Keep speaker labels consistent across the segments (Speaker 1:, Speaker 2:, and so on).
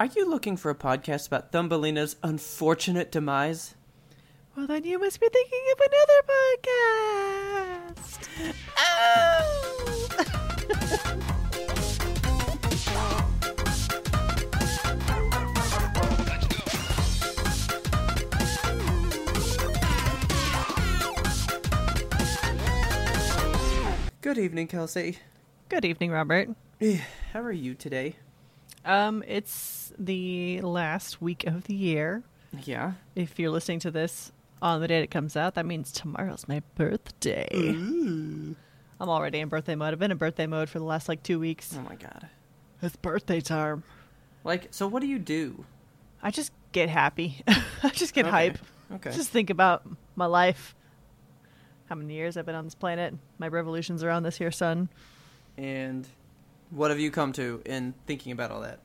Speaker 1: Are you looking for a podcast about Thumbelina's unfortunate demise?
Speaker 2: Well, then you must be thinking of another podcast. Oh!
Speaker 1: Good evening, Kelsey.
Speaker 2: Good evening, Robert.
Speaker 1: Eh, How are you today?
Speaker 2: Um, it's the last week of the year.
Speaker 1: Yeah.
Speaker 2: If you're listening to this on the day it comes out, that means tomorrow's my birthday. I'm already in birthday mode. I've been in birthday mode for the last like two weeks.
Speaker 1: Oh my god.
Speaker 2: It's birthday time.
Speaker 1: Like, so what do you do?
Speaker 2: I just get happy. I just get
Speaker 1: Okay.
Speaker 2: hype.
Speaker 1: Okay.
Speaker 2: Just think about my life. How many years I've been on this planet. My revolutions around this here sun.
Speaker 1: And what have you come to in thinking about all that?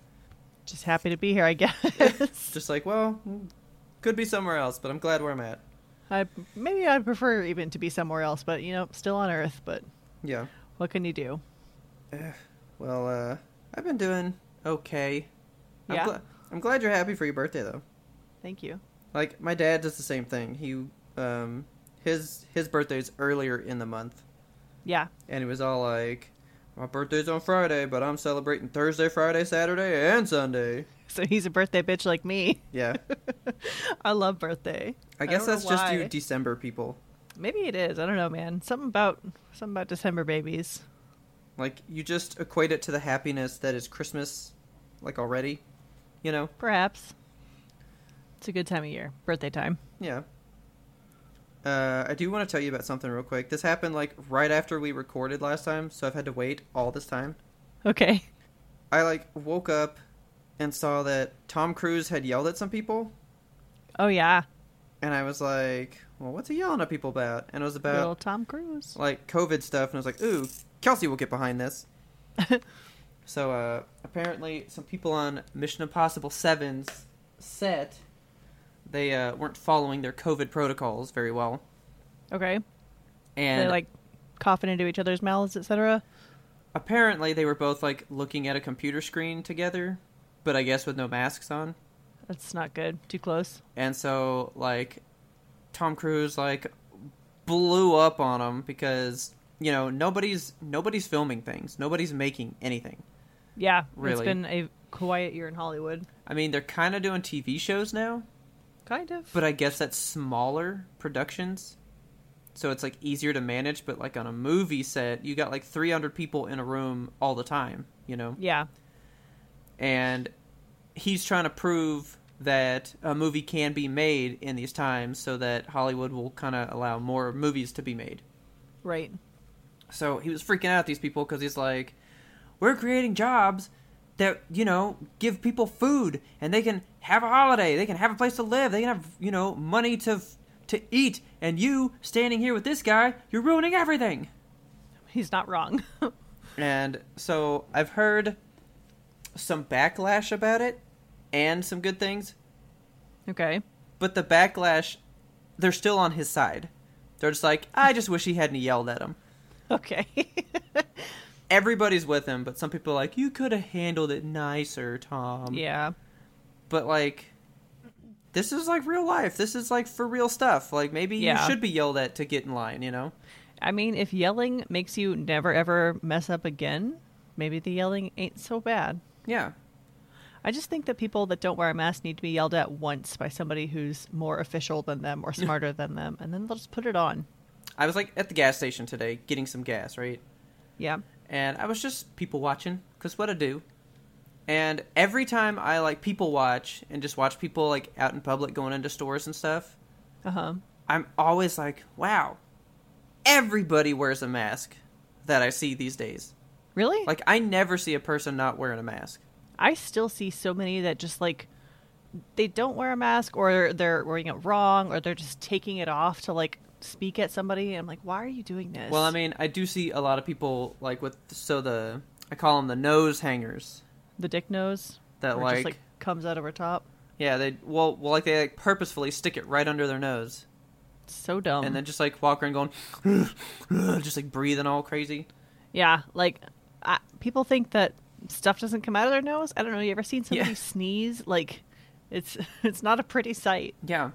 Speaker 2: Just happy to be here, I guess.
Speaker 1: Just like, well, mm, could be somewhere else, but I'm glad where I'm at.
Speaker 2: I maybe I'd prefer even to be somewhere else, but you know, still on Earth. But
Speaker 1: Yeah.
Speaker 2: what can you do?
Speaker 1: Well, uh, I've been doing okay.
Speaker 2: Yeah?
Speaker 1: I'm, gla- I'm glad you're happy for your birthday, though.
Speaker 2: Thank you.
Speaker 1: Like, my dad does the same thing. He, um, his, his birthday's earlier in the month.
Speaker 2: Yeah,
Speaker 1: And he was all like, my birthday's on Friday, but I'm celebrating Thursday, Friday, Saturday, and Sunday.
Speaker 2: so he's a birthday bitch like me.
Speaker 1: Yeah.
Speaker 2: I love birthday.
Speaker 1: I guess
Speaker 2: don't know
Speaker 1: that's just you
Speaker 2: why.
Speaker 1: December people.
Speaker 2: Maybe it is. I don't know, man. Something about something about December babies.
Speaker 1: Like, you just equate it to the happiness that is Christmas, like, already. You know?
Speaker 2: Perhaps it's a good time of year. Birthday time.
Speaker 1: Yeah. Uh, I do want to tell you about something real quick. This happened, like, right after we recorded last time, so I've had to wait all this time.
Speaker 2: Okay.
Speaker 1: I, like, woke up and saw that Tom Cruise had yelled at some people,
Speaker 2: Oh yeah,
Speaker 1: and I was like, well, what's he yelling at people about? And it was about.
Speaker 2: little Tom Cruise.
Speaker 1: like COVID stuff, and I was like, "Ooh, Kelsey will get behind this." so uh, apparently, some people on Mission Impossible 7's set they uh, weren't following their COVID protocols very well,
Speaker 2: Okay.
Speaker 1: and
Speaker 2: They're like coughing into each other's mouths, etc.
Speaker 1: apparently they were both like looking at a computer screen together, but I guess with no masks on.
Speaker 2: That's not good. Too close.
Speaker 1: And so like Tom Cruise like blew up on him because you know nobody's nobody's filming things, nobody's making anything.
Speaker 2: Yeah. It's
Speaker 1: Really.
Speaker 2: been a quiet year in Hollywood.
Speaker 1: I mean, they're kind of doing TV shows now,
Speaker 2: Kind of.
Speaker 1: but I guess that's smaller productions. So it's like easier to manage, but like on a movie set, you got like 300 people in a room all the time, you know?
Speaker 2: yeah.
Speaker 1: And he's trying to prove that a movie can be made in these times so that Hollywood will kind of allow more movies to be made.
Speaker 2: Right.
Speaker 1: So he was freaking out at these people because he's like, "We're creating jobs that you know give people food and they can have a holiday, they can have a place to live, they can have you know money to f- to eat." And you standing here with this guy, you're ruining everything.
Speaker 2: He's not wrong.
Speaker 1: And so I've heard some backlash about it and some good things,
Speaker 2: okay.
Speaker 1: but the backlash, they're still on his side. They're just like, "I just wish he hadn't yelled at him."
Speaker 2: Okay.
Speaker 1: everybody's with him, but some people are like, you could have handled it nicer, Tom.
Speaker 2: yeah.
Speaker 1: But like, this is like real life. This is like for real stuff. Like maybe
Speaker 2: Yeah.
Speaker 1: you should be yelled at to get in line. You know?
Speaker 2: I mean, if yelling makes you never ever mess up again, maybe the yelling ain't so bad.
Speaker 1: Yeah.
Speaker 2: I just think that people that don't wear a mask need to be yelled at once by somebody who's more official than them or smarter than them, and then they'll just put it on.
Speaker 1: I was like at the gas station today getting some gas, right?
Speaker 2: Yeah.
Speaker 1: And I was just people watching because what I do. And every time I like people watch and just watch people like out in public going into stores and stuff,
Speaker 2: Uh huh.
Speaker 1: I'm always like, wow, everybody wears a mask that I see these days.
Speaker 2: Really?
Speaker 1: Like I never see a person not wearing a mask.
Speaker 2: I still see so many that just like they don't wear a mask or they're wearing it wrong or they're just taking it off to like speak at somebody. I'm like, why are you doing this?
Speaker 1: Well, I mean, I do see a lot of people like with so the I call them the nose hangers.
Speaker 2: the dick nose
Speaker 1: That,
Speaker 2: where it just,
Speaker 1: uh, like-
Speaker 2: like comes out over top.
Speaker 1: Yeah, they well, well, like they like purposefully stick it right under their nose
Speaker 2: It's so dumb.
Speaker 1: and then just like walk around going, just like breathing all crazy.
Speaker 2: Yeah, like I, people think that stuff doesn't come out of their nose. I don't know. You ever seen somebody
Speaker 1: Yeah.
Speaker 2: sneeze? Like, it's it's not a pretty sight.
Speaker 1: Yeah.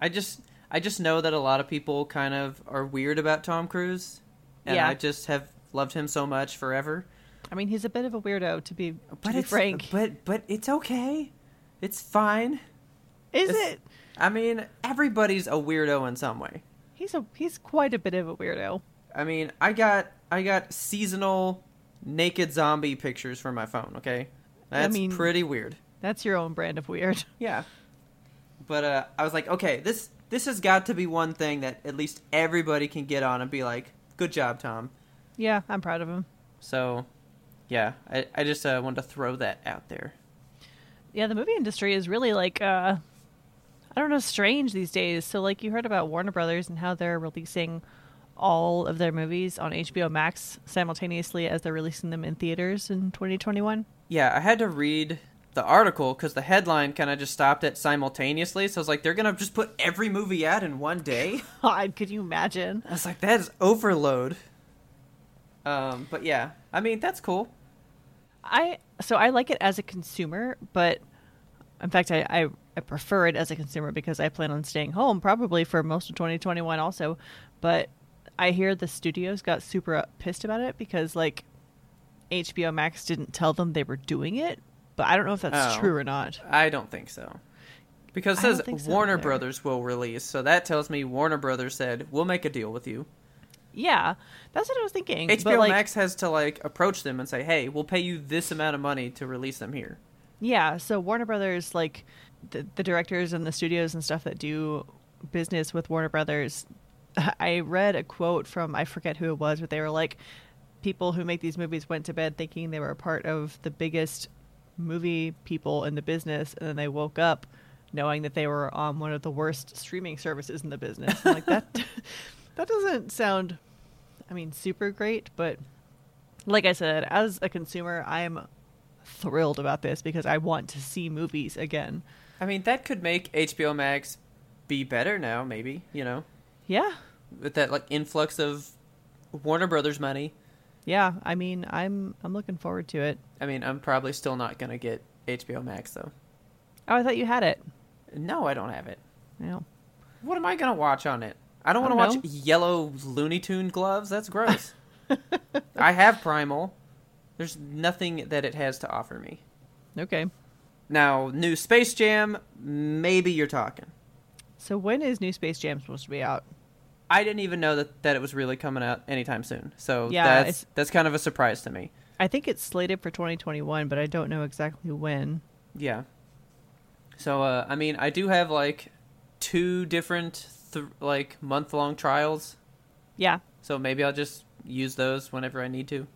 Speaker 1: I just I just know that a lot of people kind of are weird about Tom Cruise. And
Speaker 2: Yeah.
Speaker 1: I just have loved him so much forever.
Speaker 2: I mean, he's a bit of a weirdo to be, to
Speaker 1: But
Speaker 2: be
Speaker 1: it's
Speaker 2: frank.
Speaker 1: but but it's okay. It's fine.
Speaker 2: Is
Speaker 1: it's-
Speaker 2: it?
Speaker 1: I mean, everybody's a weirdo in some way.
Speaker 2: He's a he's quite a bit of a weirdo.
Speaker 1: I mean, I got I got seasonal naked zombie pictures for my phone, okay?
Speaker 2: I
Speaker 1: That's
Speaker 2: mean-
Speaker 1: pretty weird.
Speaker 2: That's your own brand of weird.
Speaker 1: Yeah. But uh, I was like, okay, this this has got to be one thing that at least everybody can get on and be like, good job, Tom.
Speaker 2: Yeah, I'm proud of him.
Speaker 1: So, yeah, I, I just uh, wanted to throw that out there.
Speaker 2: Yeah, the movie industry is really like uh I don't know, strange these days. So like you heard about Warner Brothers and how they're releasing all of their movies on HBO Max simultaneously as they're releasing them in theaters in 2021.
Speaker 1: Yeah, I had to read the article because the headline kind of just stopped at simultaneously. So I was like, they're going to just put every movie out in one day?
Speaker 2: God, could you imagine?
Speaker 1: I was like, that is overload. Um, but yeah, I mean, that's cool.
Speaker 2: I so I like it as a consumer, but in fact, I, I I prefer it as a consumer because I plan on staying home probably for most of 2021 also. But I hear the studios got super uh, pissed about it because like HBO Max didn't tell them they were doing it. But I don't know if that's
Speaker 1: Oh.
Speaker 2: true or not.
Speaker 1: I don't think so. Because it
Speaker 2: I don't
Speaker 1: says
Speaker 2: think so
Speaker 1: Warner
Speaker 2: either.
Speaker 1: Brothers will release. So that tells me Warner Brothers said, we'll make a deal with you.
Speaker 2: Yeah, that's what I was thinking.
Speaker 1: HBO
Speaker 2: but, like,
Speaker 1: Max has to like approach them and say, "Hey, we'll pay you this amount of money to release them here."
Speaker 2: Yeah, so Warner Brothers, like the, the directors and the studios and stuff that do business with Warner Brothers, I read a quote from I forget who it was, but they were like, people who make these movies went to bed thinking they were a part of the biggest movie people in the business, and then they woke up knowing that they were on one of the worst streaming services in the business. I'm like that, that doesn't sound, I mean, super great, but like I said, as a consumer, I am thrilled about this because I want to see movies again.
Speaker 1: I mean, that could make HBO Max be better now, maybe you know,
Speaker 2: Yeah.
Speaker 1: with that like influx of Warner Brothers money.
Speaker 2: Yeah, I mean, I'm I'm looking forward to it.
Speaker 1: I mean, I'm probably still not gonna get HBO Max though.
Speaker 2: Oh, I thought you had it.
Speaker 1: No, I don't have it.
Speaker 2: Yeah.
Speaker 1: What am I gonna watch on it? I don't
Speaker 2: I
Speaker 1: want to
Speaker 2: don't
Speaker 1: watch
Speaker 2: know.
Speaker 1: yellow Looney Tune gloves. That's gross. I have Primal. There's nothing that it has to offer me.
Speaker 2: Okay.
Speaker 1: Now, new Space Jam, maybe you're talking.
Speaker 2: So when is New Space Jam supposed to be out?
Speaker 1: I didn't even know that, that it was really coming out anytime soon. So
Speaker 2: Yeah,
Speaker 1: that's
Speaker 2: it's-
Speaker 1: that's kind of a surprise to me.
Speaker 2: I think it's slated for 2021, but I don't know exactly when.
Speaker 1: Yeah. So uh, I mean, I do have like two different th- like month long trials.
Speaker 2: Yeah.
Speaker 1: So maybe I'll just use those whenever I need to.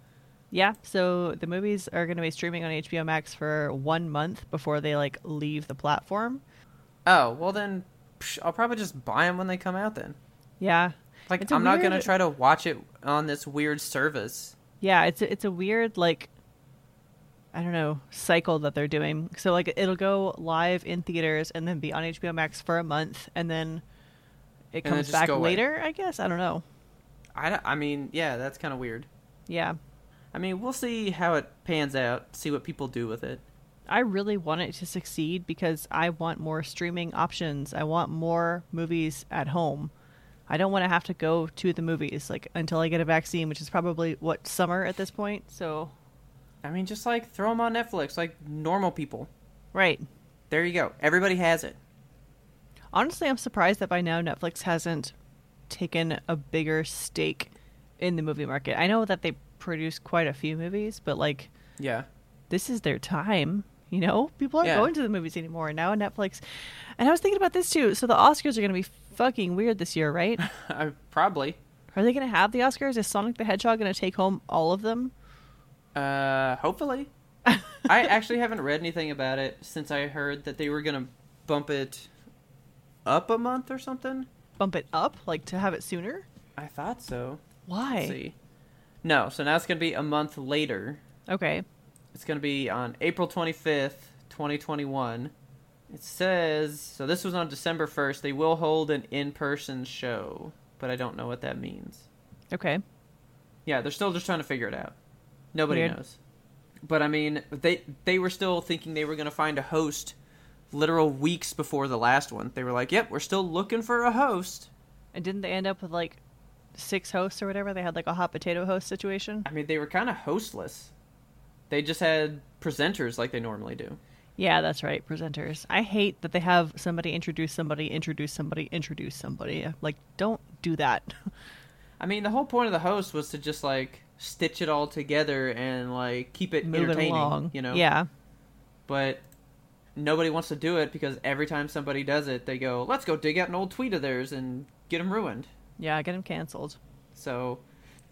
Speaker 2: Yeah. So the movies are going to be streaming on HBO Max for 1 month before they like leave the platform.
Speaker 1: Oh well, then psh, I'll probably just buy them when they come out. Then
Speaker 2: Yeah.
Speaker 1: like
Speaker 2: It's a
Speaker 1: I'm not gonna
Speaker 2: weird-
Speaker 1: try to watch it on this weird service.
Speaker 2: Yeah, it's a, it's a weird like I don't know cycle that they're doing. So like it'll go live in theaters and then be on HBO Max for a month and then it
Speaker 1: And then
Speaker 2: comes
Speaker 1: just
Speaker 2: back
Speaker 1: go away.
Speaker 2: later. I guess I don't know.
Speaker 1: I don't- I mean, yeah, that's kind of weird.
Speaker 2: Yeah,
Speaker 1: I mean, we'll see how it pans out. See what people do with it.
Speaker 2: I really want it to succeed because I want more streaming options. I want more movies at home. I don't want to have to go to the movies like until I get a vaccine, which is probably what summer at this point. So
Speaker 1: I mean, just like throw them on Netflix, like normal people.
Speaker 2: right,
Speaker 1: There you go. Everybody has it.
Speaker 2: Honestly, I'm surprised that by now Netflix hasn't taken a bigger stake in the movie market. I know that they produce quite a few movies, but like
Speaker 1: Yeah.
Speaker 2: this is their time. You know, people aren't
Speaker 1: Yeah.
Speaker 2: going to the movies anymore. Now Netflix, and I was thinking about this too. So the Oscars are going to be fucking weird this year, right?
Speaker 1: I, probably.
Speaker 2: are they going to have the Oscars? Is Sonic the Hedgehog going to take home all of them?
Speaker 1: Uh, hopefully. I actually haven't read anything about it since I heard that they were going to bump it up a month or something.
Speaker 2: Bump it up, like to have it sooner.
Speaker 1: I thought so. Let's
Speaker 2: Why?
Speaker 1: see. No, so now it's going to be a month later.
Speaker 2: Okay.
Speaker 1: It's going to be on April 25th, 2021. It says, so this was on December 1st. They will hold an in person show, but I don't know what that means.
Speaker 2: Okay.
Speaker 1: Yeah, they're still just trying to figure it out. Nobody
Speaker 2: Weird.
Speaker 1: knows. But I mean, they they were still thinking they were going to find a host literal weeks before the last one. They were like, "Yep, we're still looking for a host."
Speaker 2: And didn't they end up with like six hosts or whatever? They had like a hot potato host situation.
Speaker 1: I mean, they were kind of hostless. They just had presenters like they normally do.
Speaker 2: Yeah, that's right. Presenters. I hate that they have somebody introduce somebody, introduce somebody, introduce somebody. Like, don't do that.
Speaker 1: I mean, the whole point of the host was to just like stitch it all together and like keep it
Speaker 2: Move it
Speaker 1: entertaining,
Speaker 2: along.
Speaker 1: you know.
Speaker 2: Yeah.
Speaker 1: But nobody wants to do it because every time somebody does it, they go, "Let's go dig out an old tweet of theirs and get them ruined."
Speaker 2: Yeah. Get them canceled.
Speaker 1: So,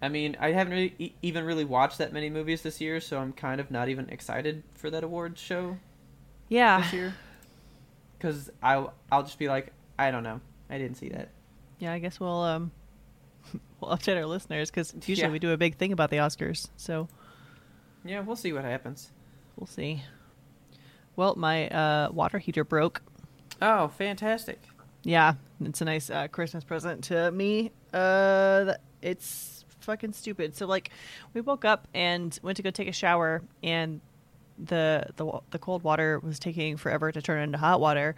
Speaker 1: I mean, I haven't really, e- even really watched that many movies this year, so I'm kind of not even excited for that awards show
Speaker 2: Yeah.
Speaker 1: this year. Because I'll, I'll just be like, I don't know. I didn't see that.
Speaker 2: Yeah, I guess we'll um we'll update our listeners because usually
Speaker 1: Yeah.
Speaker 2: we do a big thing about the Oscars, so
Speaker 1: Yeah, we'll see what happens.
Speaker 2: we'll see. Well, my uh, water heater broke.
Speaker 1: Oh, fantastic.
Speaker 2: Yeah, it's a nice uh, Christmas present to me. Uh, th- it's fucking stupid. So like, we woke up and went to go take a shower, and the the wa- the cold water was taking forever to turn into hot water.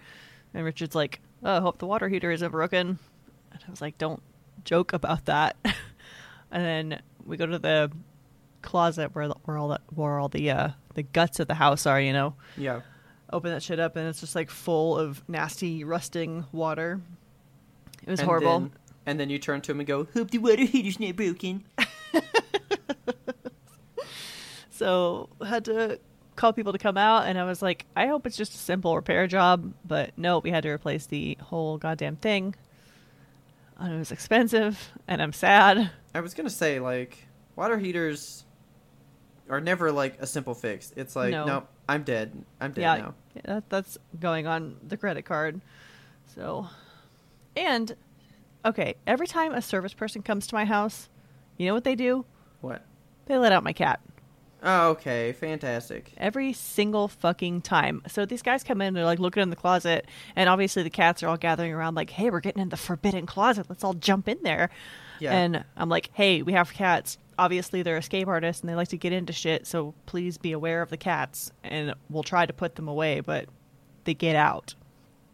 Speaker 2: And Richard's like, "Oh, I hope the water heater isn't broken." And I was like, "Don't joke about that." and then we go to the closet where the, where all the where all the uh, the guts of the house are, you know
Speaker 1: Yeah.
Speaker 2: open that shit up and it's just like full of nasty rusting water. It was
Speaker 1: And
Speaker 2: horrible.
Speaker 1: Then, and then you turn to him and go, "Hope the water heater's not broken."
Speaker 2: So had to call people to come out and I was like, I hope it's just a simple repair job, but no, we had to replace the whole goddamn thing. And it was expensive and I'm sad.
Speaker 1: I was gonna say like water heaters are never like a simple fix. It's like
Speaker 2: No.
Speaker 1: no, I'm dead. I'm dead
Speaker 2: yeah,
Speaker 1: now.
Speaker 2: yeah, that, that's going on the credit card. So, and okay, every time a service person comes to my house, you know what they do?
Speaker 1: What?
Speaker 2: They let out my cat.
Speaker 1: Oh, okay, fantastic.
Speaker 2: Every single fucking time. So these guys come in, they're like looking in the closet, and obviously the cats are all gathering around, like, hey, we're getting in the forbidden closet. Let's all jump in there.
Speaker 1: Yeah.
Speaker 2: And I'm like, hey, we have cats. Obviously, they're escape artists and they like to get into shit, so please be aware of the cats, and we'll try to put them away, but they get out.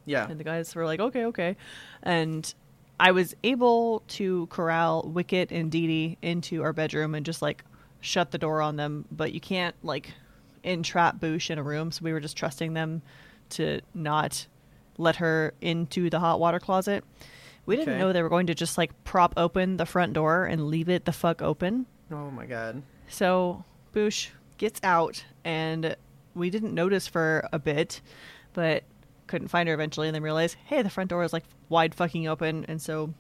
Speaker 1: Yeah.
Speaker 2: And the guys were like, okay, okay. And I was able to corral Wicket and Dee Dee into our bedroom and just like shut the door on them. But you can't like entrap Boosh in a room. So we were just trusting them to not let her into the hot water closet. We didn't
Speaker 1: Okay.
Speaker 2: know they were going to just like prop open the front door and leave it the fuck open.
Speaker 1: Oh my god.
Speaker 2: So Boosh gets out, and we didn't notice for a bit, but couldn't find her eventually, and then realized, hey, the front door is like wide fucking open, and so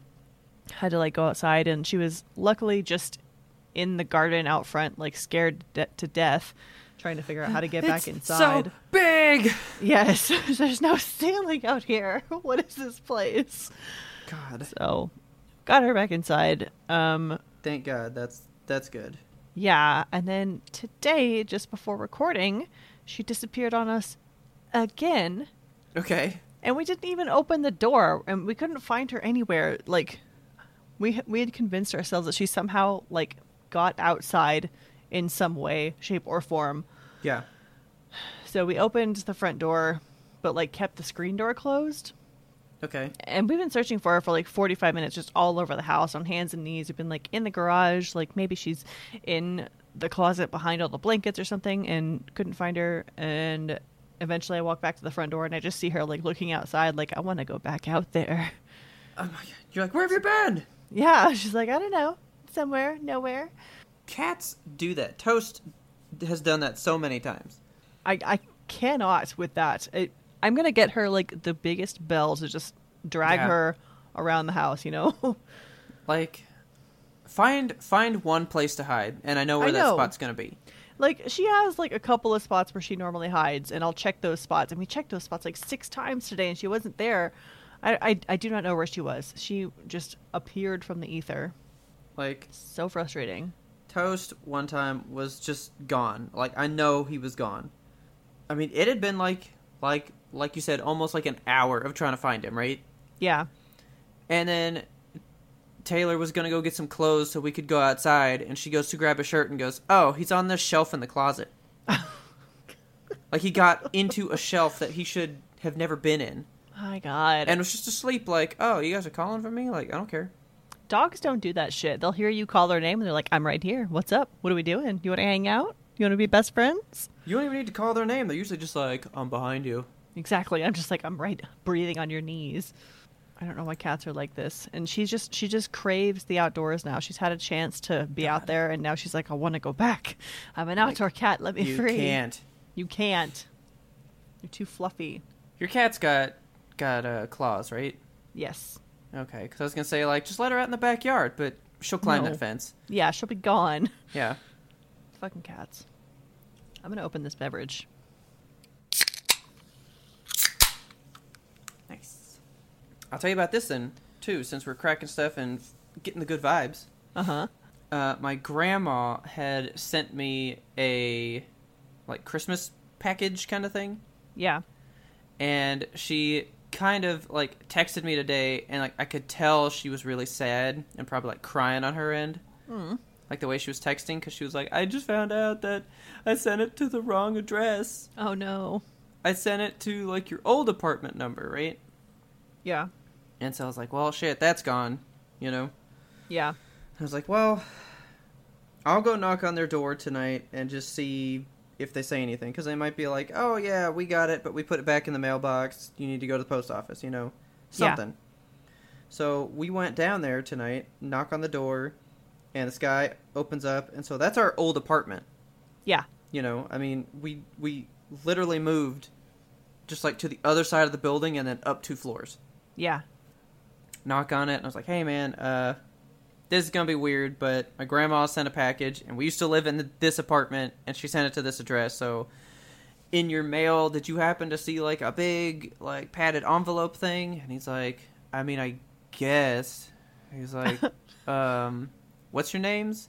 Speaker 2: had to like go outside, and she was luckily just in the garden out front, like scared de- to death, trying to figure out how to get back inside.
Speaker 1: So big.
Speaker 2: Yes, there's no ceiling out here. What is this place?
Speaker 1: God.
Speaker 2: So got her back inside. Um,
Speaker 1: Thank God. That's that's good.
Speaker 2: Yeah, and then today, just before recording, she disappeared on us again,
Speaker 1: Okay.
Speaker 2: and we didn't even open the door, and we couldn't find her anywhere. Like, we we had convinced ourselves that she somehow like got outside in some way, shape, or form.
Speaker 1: Yeah.
Speaker 2: So we opened the front door, but like kept the screen door closed.
Speaker 1: Okay.
Speaker 2: And we've been searching for her for like 45 minutes, just all over the house on hands and knees. We've been like in the garage, like maybe she's in the closet behind all the blankets or something, and couldn't find her. And eventually I walk back to the front door and I just see her like looking outside, like, I want to go back out there.
Speaker 1: Oh my god. You're like, where have you been?
Speaker 2: Yeah, she's like, I don't know, somewhere, nowhere.
Speaker 1: Cats do that. Toast has done that so many times.
Speaker 2: I, I cannot with that. It, I'm going to get her like the biggest bell to just drag
Speaker 1: Yeah.
Speaker 2: her around the house, you know?
Speaker 1: Like, find find one place to hide, and I know where
Speaker 2: I
Speaker 1: that
Speaker 2: know.
Speaker 1: spot's gonna be.
Speaker 2: Like she has like a couple of spots where she normally hides, and I'll check those spots. And we checked those spots like six times today, and she wasn't there. I I, I do not know where she was. She just appeared from the ether.
Speaker 1: Like,
Speaker 2: So frustrating.
Speaker 1: Toast one time was just gone. Like I know he was gone. I mean, it had been like like like you said almost like an hour of trying to find him, right?
Speaker 2: Yeah,
Speaker 1: And then Taylor was going to go get some clothes so we could go outside and she goes to grab a shirt and goes, "Oh, he's on this shelf in the closet." Like he got into a shelf that he should have never been in,
Speaker 2: My God.
Speaker 1: and was just asleep. Like, oh, you guys are calling for me? Like, I don't care.
Speaker 2: Dogs don't do that shit. They'll hear you call their name and they're like, I'm right here. What's up? What are we doing? You want to hang out? You want to be best friends?
Speaker 1: You don't even need to call their name. They're usually just like, I'm behind you.
Speaker 2: Exactly. I'm just like, I'm right breathing on your knees. I don't know why cats are like this. And she's just, she just craves the outdoors now. She's had a chance to be out there and now she's like, I want to go back. I'm an outdoor cat. Let me
Speaker 1: You
Speaker 2: free.
Speaker 1: can't.
Speaker 2: You can't. You're too fluffy.
Speaker 1: Your cat's got got uh, claws, right?
Speaker 2: Yes.
Speaker 1: Okay, because I was gonna say like, just let her out in the backyard, but she'll climb
Speaker 2: No.
Speaker 1: that fence.
Speaker 2: Yeah, she'll be gone.
Speaker 1: Yeah.
Speaker 2: Fucking cats. I'm going to open this beverage.
Speaker 1: Nice. I'll tell you about this then too, since we're cracking stuff and getting the good vibes.
Speaker 2: Uh huh.
Speaker 1: uh, my grandma had sent me a like Christmas package kind of thing,
Speaker 2: Yeah.
Speaker 1: and she kind of like texted me today, and like I could tell she was really sad and probably like crying on her end,
Speaker 2: Mm.
Speaker 1: like the way she was texting, because she was like, "I just found out that I sent it to the wrong address.
Speaker 2: Oh, no.
Speaker 1: I sent it to like your old apartment number, right?"
Speaker 2: Yeah.
Speaker 1: And so I was like, "Well, shit, that's gone," you know.
Speaker 2: Yeah.
Speaker 1: I was like, well, I'll go knock on their door tonight and just see if they say anything. Because they might be like, oh, yeah, we got it, but we put it back in the mailbox. You need to go to the post office, you know?
Speaker 2: Yeah.
Speaker 1: Something. So we went down there tonight, knock on the door, and this guy opens up. And so that's our old apartment,
Speaker 2: Yeah.
Speaker 1: you know? I mean, we, we literally moved just like to the other side of the building and then up two floors
Speaker 2: Yeah.
Speaker 1: knock on it and I was like, "Hey man, uh this is going to be weird, but my grandma sent a package and we used to live in this apartment and she sent it to this address. So in your mail, did you happen to see like a big like padded envelope thing?" And he's like, "I mean, I guess." He's like, "Um, what's your names?"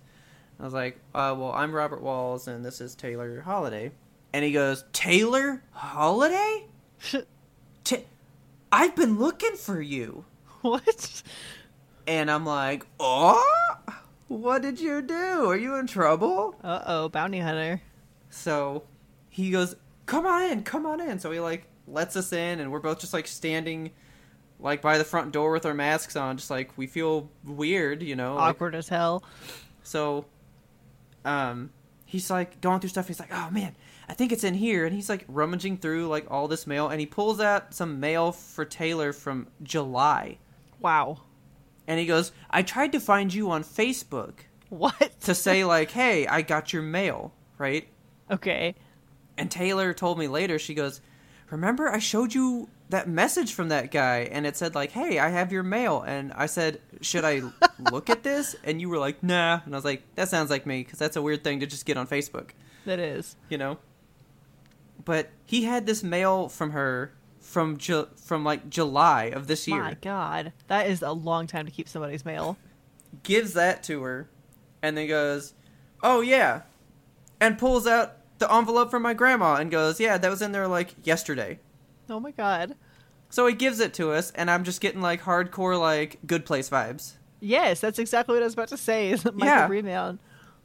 Speaker 1: I was like, uh, "Well, I'm Robert Walls and this is Taylor Holiday." And he goes, "Taylor Holiday? Ta- I've been looking for you."
Speaker 2: what?
Speaker 1: And I'm like, oh, what did you do? Are you in trouble?
Speaker 2: Uh oh, bounty hunter.
Speaker 1: So he goes, come on in, come on in. So he like lets us in, and we're both just like standing like by the front door with our masks on, just like we feel weird, you know. like-
Speaker 2: Awkward as hell.
Speaker 1: so, um, he's like going through stuff. He's like, oh man, I think it's in here. And he's like rummaging through like all this mail, and he pulls out some mail for Taylor from July.
Speaker 2: Wow.
Speaker 1: And he goes, I tried to find you on Facebook.
Speaker 2: What?
Speaker 1: to say like, "Hey, I got your mail," right?
Speaker 2: Okay.
Speaker 1: And Taylor told me later she goes, "Remember I showed you that message from that guy and it said like, "Hey, I have your mail." And I said, "Should I look at this?" And you were like, "Nah." And I was like, "That sounds like me cuz that's a weird thing to just get on Facebook,
Speaker 2: That is.
Speaker 1: you know?" But he had this mail from her from Ju- from like July of this year.
Speaker 2: My God. That is a long time to keep somebody's mail.
Speaker 1: gives that to her, and then goes, "Oh yeah," and pulls out the envelope from my grandma and goes, "Yeah, that was in there like yesterday."
Speaker 2: Oh my God.
Speaker 1: So he gives it to us, and I'm just getting like hardcore like good place vibes.
Speaker 2: Yes, that's exactly what I was about to say. Is Michael
Speaker 1: Yeah.
Speaker 2: Rebound.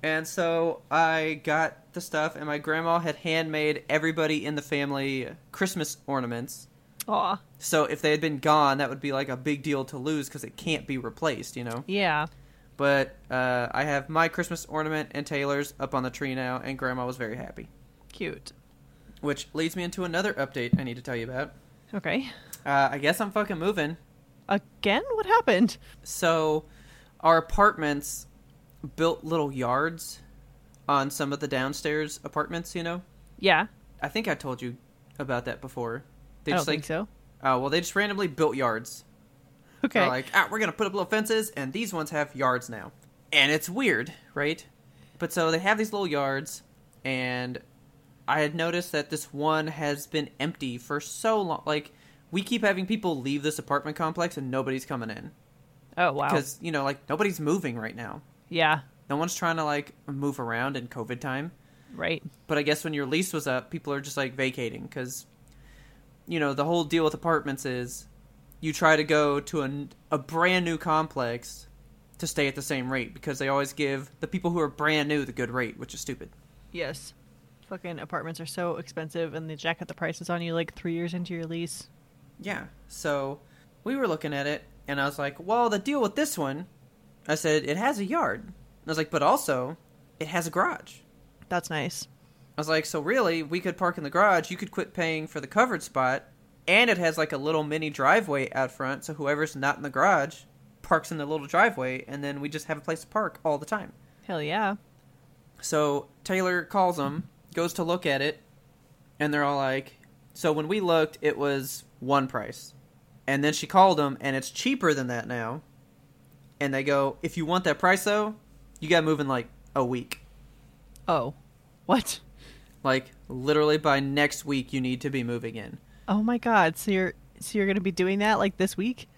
Speaker 1: And so I got the stuff, and my grandma had handmade everybody in the family Christmas ornaments.
Speaker 2: Aw.
Speaker 1: So if they had been gone, that would be like a big deal to lose because it can't be replaced, you know.
Speaker 2: Yeah.
Speaker 1: But uh, I have my Christmas ornament and Taylor's up on the tree now, and Grandma was very happy.
Speaker 2: Cute.
Speaker 1: Which leads me into another update I need to tell you about.
Speaker 2: Okay.
Speaker 1: Uh, I guess I'm fucking moving.
Speaker 2: Again? What happened?
Speaker 1: So, our apartments built little yards on some of the downstairs apartments, you know?
Speaker 2: Yeah.
Speaker 1: I think I told you about that before. They
Speaker 2: I don't
Speaker 1: just like,
Speaker 2: think so.
Speaker 1: Oh, well, they just randomly built yards.
Speaker 2: Okay.
Speaker 1: They're like, ah, we're going to put up little fences, and these ones have yards now. And it's weird, right? But so they have these little yards, and I had noticed that this one has been empty for so long. Like, we keep having people leave this apartment complex, and nobody's coming in.
Speaker 2: oh, wow.
Speaker 1: Because, you know, like, nobody's moving right now.
Speaker 2: Yeah.
Speaker 1: No one's trying to, like, move around in COVID time.
Speaker 2: Right.
Speaker 1: But I guess when your lease was up, people are just like vacating because, you know, the whole deal with apartments is you try to go to an, a brand new complex to stay at the same rate because they always give the people who are brand new the good rate, which is stupid.
Speaker 2: Yes. fucking apartments are so expensive and they jack up the prices on you like three years into your lease.
Speaker 1: Yeah. So we were looking at it, and I was like, well, the deal with this one, I said, it has a yard. And I was like, but also, it has a garage.
Speaker 2: That's nice.
Speaker 1: I was like, so really, we could park in the garage. You could quit paying for the covered spot, and it has like a little mini driveway out front. So whoever's not in the garage parks in the little driveway, and then we just have a place to park all the time.
Speaker 2: Hell yeah.
Speaker 1: So Taylor calls them, goes to look at it, and they're all like, "So when we looked, it was one price." And then she called them, and it's cheaper than that now. And they go, "If you want that price though, you got to move in like a week.
Speaker 2: Oh. What?
Speaker 1: Like literally by next week, you need to be moving in.
Speaker 2: Oh my god. So you're so you're gonna be doing that like this week?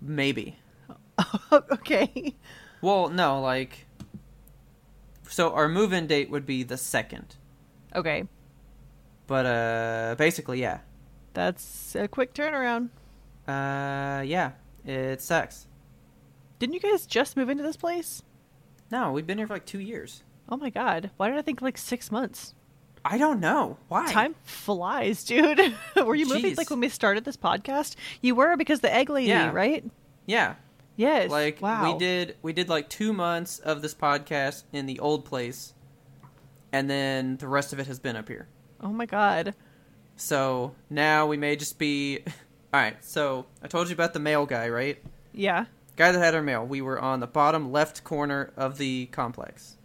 Speaker 1: Maybe.
Speaker 2: okay.
Speaker 1: Well, no, like." So our move-in date would be the second,
Speaker 2: Okay.
Speaker 1: but uh, basically, yeah,
Speaker 2: That's a quick turnaround.
Speaker 1: uh, yeah, it sucks.
Speaker 2: Didn't you guys just move into this place?
Speaker 1: No, we've been here for like two years.
Speaker 2: Oh my god. Why did I think like six months?
Speaker 1: I don't know why.
Speaker 2: Time flies, dude. were you moving
Speaker 1: Jeez.
Speaker 2: like when we started this podcast? You were because the egg lady,
Speaker 1: Yeah.
Speaker 2: right?
Speaker 1: Yeah,
Speaker 2: Yes.
Speaker 1: like
Speaker 2: wow.
Speaker 1: we did. We did like two months of this podcast in the old place, and then the rest of it has been up here.
Speaker 2: Oh my god.
Speaker 1: So now we may just be. All right. So I told you about the mail guy, right?
Speaker 2: Yeah.
Speaker 1: Guy that had our mail. We were on the bottom left corner of the complex,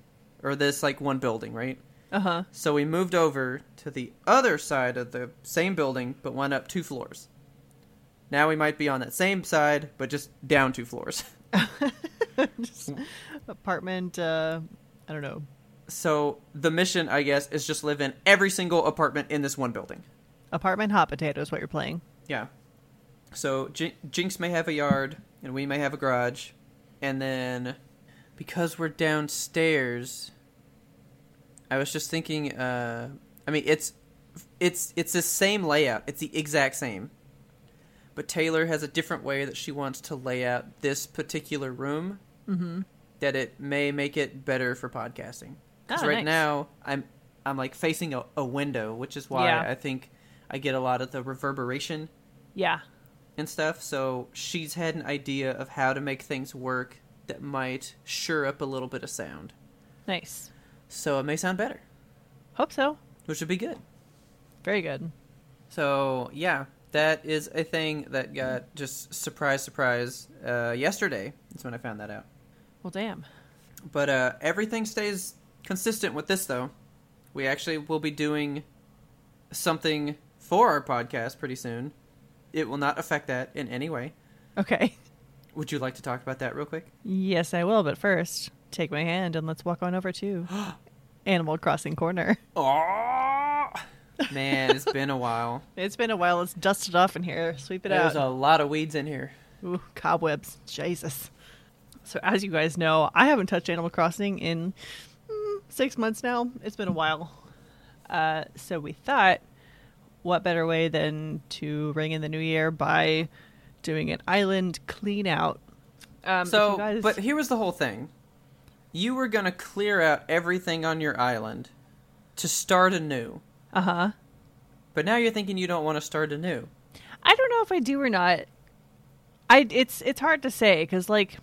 Speaker 1: or this like one building, right?
Speaker 2: Uh huh.
Speaker 1: So we moved over to the other side of the same building, but went up two floors. Now we might be on that same side, but just down two floors.
Speaker 2: Just apartment. Uh, I don't know.
Speaker 1: So the mission, I guess, is just live in every single apartment in this one building.
Speaker 2: Apartment hot potato is what you're playing.
Speaker 1: Yeah. So Jin- Jinx may have a yard, and we may have a garage, and then because we're downstairs, I was just thinking. Uh, I mean, it's it's it's the same layout. It's the exact same, but Taylor has a different way that she wants to lay out this particular room.
Speaker 2: Mm-hmm.
Speaker 1: That it may make it better for podcasting. Because
Speaker 2: Oh,
Speaker 1: right
Speaker 2: nice.
Speaker 1: now I'm I'm like facing a, a window, which is why
Speaker 2: Yeah.
Speaker 1: I think I get a lot of the reverberation
Speaker 2: Yeah.
Speaker 1: and stuff. So she's had an idea of how to make things work that might sure up a little bit of sound.
Speaker 2: Nice.
Speaker 1: So it may sound better,
Speaker 2: Hope so.
Speaker 1: which would be good.
Speaker 2: Very good.
Speaker 1: So yeah, that is a thing that got just surprise, surprise. Uh, yesterday is when I found that out.
Speaker 2: Well, damn.
Speaker 1: But uh, everything stays consistent with this though. We actually will be doing something for our podcast pretty soon. It will not affect that in any way.
Speaker 2: Okay.
Speaker 1: Would you like to talk about that real quick?
Speaker 2: Yes, I will. But first, take my hand and let's walk on over to Animal Crossing Corner.
Speaker 1: Oh man, it's been a while.
Speaker 2: It's been a while. Let's dust it off in here. Sweep it
Speaker 1: There's
Speaker 2: out.
Speaker 1: a lot of weeds in here.
Speaker 2: Ooh, cobwebs. Jesus. So, as you guys know, I haven't touched Animal Crossing in mm, six months now. It's been a while. Uh, so, we thought, what better way than to ring in the new year by doing an island clean out? Um, if
Speaker 1: so,
Speaker 2: you guys-
Speaker 1: but here was the whole thing. You were gonna clear out everything on your island to start anew,
Speaker 2: uh huh.
Speaker 1: but now you're thinking you don't want to start anew.
Speaker 2: I don't know if I do or not. I it's it's hard to say because like,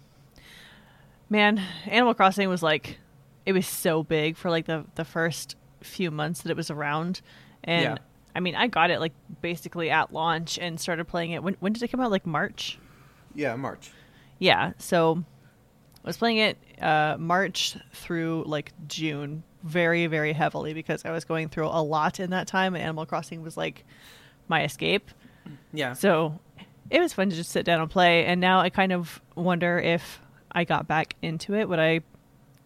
Speaker 2: man, Animal Crossing was like, it was so big for like the the first few months that it was around, and
Speaker 1: Yeah.
Speaker 2: I mean I got it like basically at launch and started playing it. When when did it come out? Like March.
Speaker 1: Yeah, March.
Speaker 2: Yeah, so I was playing it uh, March through like June very, very heavily because I was going through a lot in that time, and Animal Crossing was like my escape.
Speaker 1: Yeah,
Speaker 2: So it was fun to just sit down and play. And now I kind of wonder if I got back into it, would I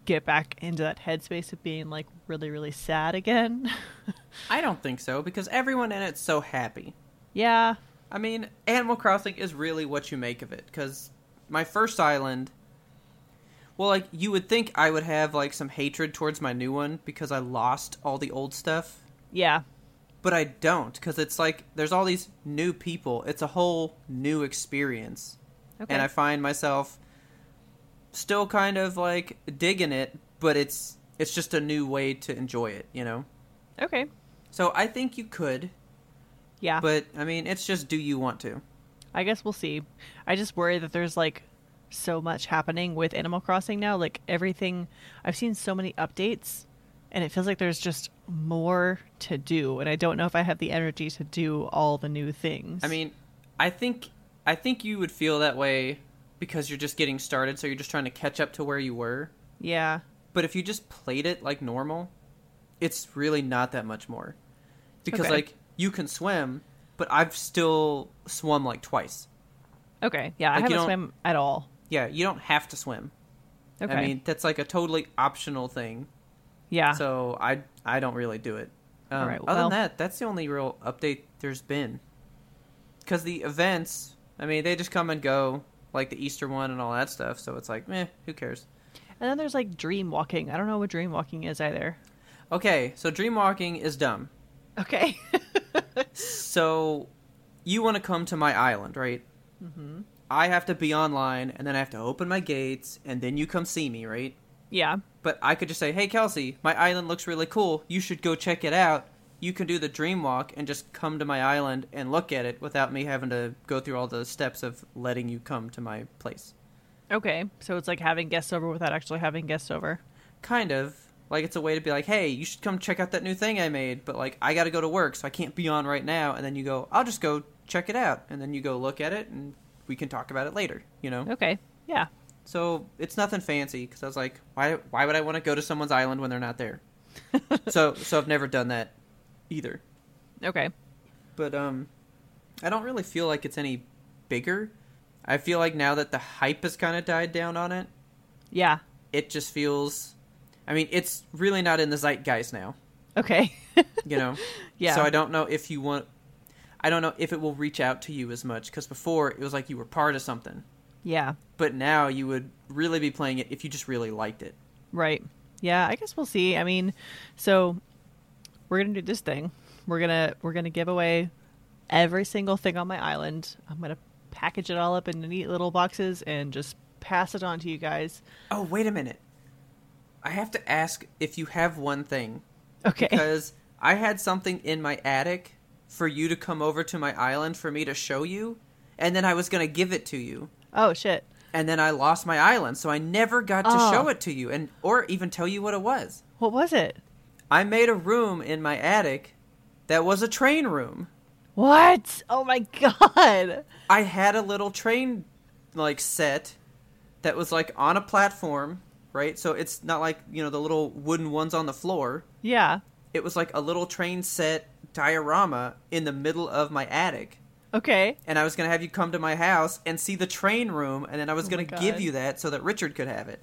Speaker 2: get back into that headspace of being like really, really sad again?
Speaker 1: I don't think so because everyone in it's so happy.
Speaker 2: yeah.
Speaker 1: I mean, Animal Crossing is really what you make of it. Because my first island, well, like you would think I would have like some hatred towards my new one because I lost all the old stuff,
Speaker 2: Yeah.
Speaker 1: but I don't because it's like there's all these new people. It's a whole new experience,
Speaker 2: Okay.
Speaker 1: and I find myself still kind of like digging it, but it's it's just a new way to enjoy it. You know,
Speaker 2: Okay.
Speaker 1: So I think you could,
Speaker 2: Yeah.
Speaker 1: but I mean, it's just do you want to?
Speaker 2: I guess we'll see. I just worry that there's like so much happening with Animal Crossing now. Like everything, I've seen so many updates, and it feels like there's just more to do. And I don't know if I have the energy to do all the new things.
Speaker 1: I mean, I think I think you would feel that way because you're just getting started, so you're just trying to catch up to where you were.
Speaker 2: yeah,
Speaker 1: But if you just played it like normal, it's really not that much more. Because
Speaker 2: Okay.
Speaker 1: like you can swim, but I've still swum like twice.
Speaker 2: okay, yeah.
Speaker 1: Like,
Speaker 2: I
Speaker 1: you
Speaker 2: haven't
Speaker 1: don't-
Speaker 2: swam at all.
Speaker 1: Yeah, you don't have to swim.
Speaker 2: Okay,
Speaker 1: I mean, that's like a totally optional thing.
Speaker 2: yeah,
Speaker 1: So I I don't really do it. Um,
Speaker 2: All right,
Speaker 1: other
Speaker 2: well-
Speaker 1: than that, that's the only real update there's been. Because the events, I mean, they just come and go, like the Easter one and all that stuff. So it's like, meh, who cares?
Speaker 2: and then there's like dream walking. I don't know what dream walking is either.
Speaker 1: Okay, so dream walking is dumb.
Speaker 2: Okay,
Speaker 1: So you want to come to my island, right? Mm-hmm. I have to be online, and then I have to open my gates, and then you come see me, right?
Speaker 2: yeah,
Speaker 1: But I could just say, hey, Kelsey, my island looks really cool. You should go check it out. You can do the dream walk and just come to my island and look at it without me having to go through all the steps of letting you come to my place.
Speaker 2: okay. So it's like having guests over without actually having guests over.
Speaker 1: Kind of. Like, it's a way to be like, hey, you should come check out that new thing I made, but like, I gotta go to work, so I can't be on right now. And then you go, I'll just go check it out. And then you go look at it, and we can talk about it later, you know?
Speaker 2: Okay, yeah,
Speaker 1: So it's nothing fancy because I was like, why? Why would I want to go to someone's island when they're not there? so so I've never done that either.
Speaker 2: okay,
Speaker 1: But um, I don't really feel like it's any bigger. I feel like now that the hype has kind of died down on it,
Speaker 2: yeah,
Speaker 1: it just feels. I mean, it's really not in the zeitgeist now.
Speaker 2: okay,
Speaker 1: You know.
Speaker 2: yeah.
Speaker 1: So I don't know if you want. I don't know if it will reach out to you as much because before it was like you were part of something,
Speaker 2: yeah.
Speaker 1: but now you would really be playing it if you just really liked it.
Speaker 2: Right. Yeah, I guess we'll see. I mean, so we're gonna do this thing. We're gonna we're gonna give away every single thing on my island. I'm gonna package it all up into neat little boxes and just pass it on to you guys.
Speaker 1: Oh, wait a minute. I have to ask if you have one thing
Speaker 2: Okay.
Speaker 1: because I had something in my attic for you to come over to my island for me to show you, and then I was going to give it to you,
Speaker 2: oh shit.
Speaker 1: and then I lost my island, so I never got to
Speaker 2: Oh.
Speaker 1: show it to you and or even tell you what it was.
Speaker 2: What was it?
Speaker 1: I made a room in my attic that was a train room.
Speaker 2: What? Oh my god.
Speaker 1: I had a little train like set that was like on a platform, right? So it's not like, you know, the little wooden ones on the floor.
Speaker 2: Yeah.
Speaker 1: it was like a little train set diorama in the middle of my attic
Speaker 2: Okay.
Speaker 1: and i was going to have you come to my house and see the train room and then i was
Speaker 2: Oh my
Speaker 1: going to
Speaker 2: God.
Speaker 1: give you that so that richard could have it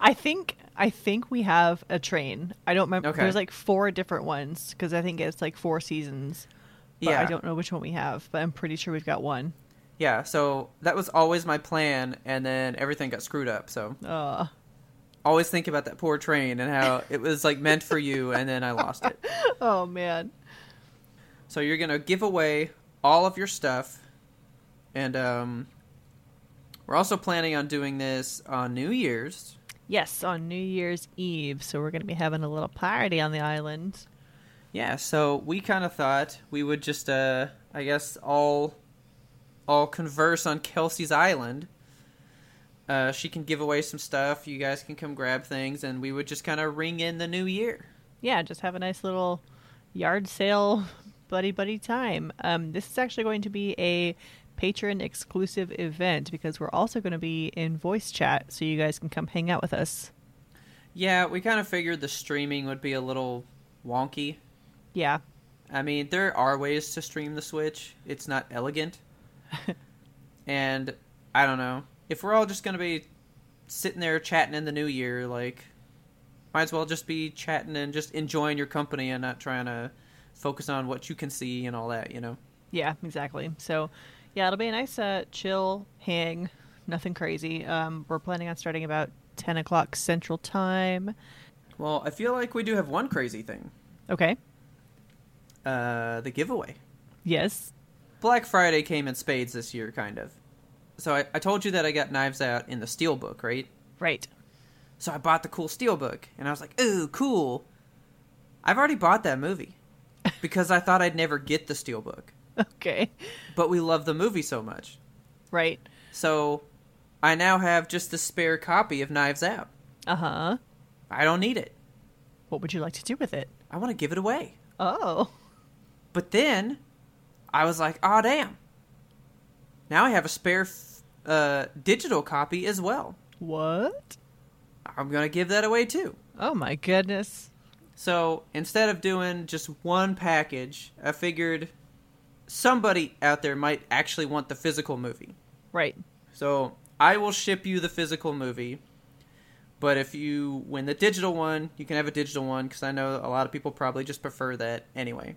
Speaker 2: I think I think we have a train. I don't remember.
Speaker 1: Okay.
Speaker 2: There's like four different ones because I think it's like four seasons. But
Speaker 1: yeah
Speaker 2: I don't know which one we have, but I'm pretty sure we've got one.
Speaker 1: yeah so that was always my plan and then everything got screwed up so
Speaker 2: Uh,
Speaker 1: always think about that poor train and how it was like meant for you and then i lost it
Speaker 2: oh man.
Speaker 1: so you're going to give away all of your stuff and um we're also planning on doing this on new year's
Speaker 2: Yes, on New Year's Eve, so we're going to be having a little party on the island.
Speaker 1: Yeah, so we kind of thought we would just, uh, I guess, all, all converse on Kelsey's island. Uh, she can give away some stuff. You guys can come grab things, and we would just kind of ring in the new year.
Speaker 2: Yeah, just have a nice little yard sale buddy buddy time. Um, this is actually going to be a patron exclusive event because we're also going to be in voice chat, so you guys can come hang out with us.
Speaker 1: Yeah, we kind of figured the streaming would be a little wonky.
Speaker 2: Yeah,
Speaker 1: I mean, there are ways to stream the Switch. It's not elegant. and I don't know. If we're all just going to be sitting there chatting in the new year, like, might as well just be chatting and just enjoying your company and not trying to focus on what you can see and all that, you know?
Speaker 2: yeah, exactly. So, yeah, it'll be a nice uh, chill hang, nothing crazy. Um, we're planning on starting about ten o'clock Central Time.
Speaker 1: Well, I feel like we do have one crazy thing
Speaker 2: Okay.
Speaker 1: uh, the giveaway.
Speaker 2: Yes.
Speaker 1: Black Friday came in spades this year, kind of. So I, I told you that I got Knives Out in the Steelbook, right?
Speaker 2: Right.
Speaker 1: So I bought the cool steelbook, and I was like, "Ooh, cool!" I've already bought that movie because I thought I'd never get the Steelbook,
Speaker 2: Okay.
Speaker 1: but we love the movie so much.
Speaker 2: Right.
Speaker 1: So I now have just the spare copy of Knives Out.
Speaker 2: Uh huh.
Speaker 1: I don't need it.
Speaker 2: What would you like to do with it?
Speaker 1: I want to give it away.
Speaker 2: Oh.
Speaker 1: But then I was like, ah, damn. Now I have a spare f- uh, digital copy as well.
Speaker 2: What?
Speaker 1: I'm going to give that away too.
Speaker 2: Oh my goodness.
Speaker 1: So instead of doing just one package, I figured somebody out there might actually want the physical movie.
Speaker 2: Right.
Speaker 1: So I will ship you the physical movie, but if you win the digital one, you can have a digital one because I know a lot of people probably just prefer that anyway.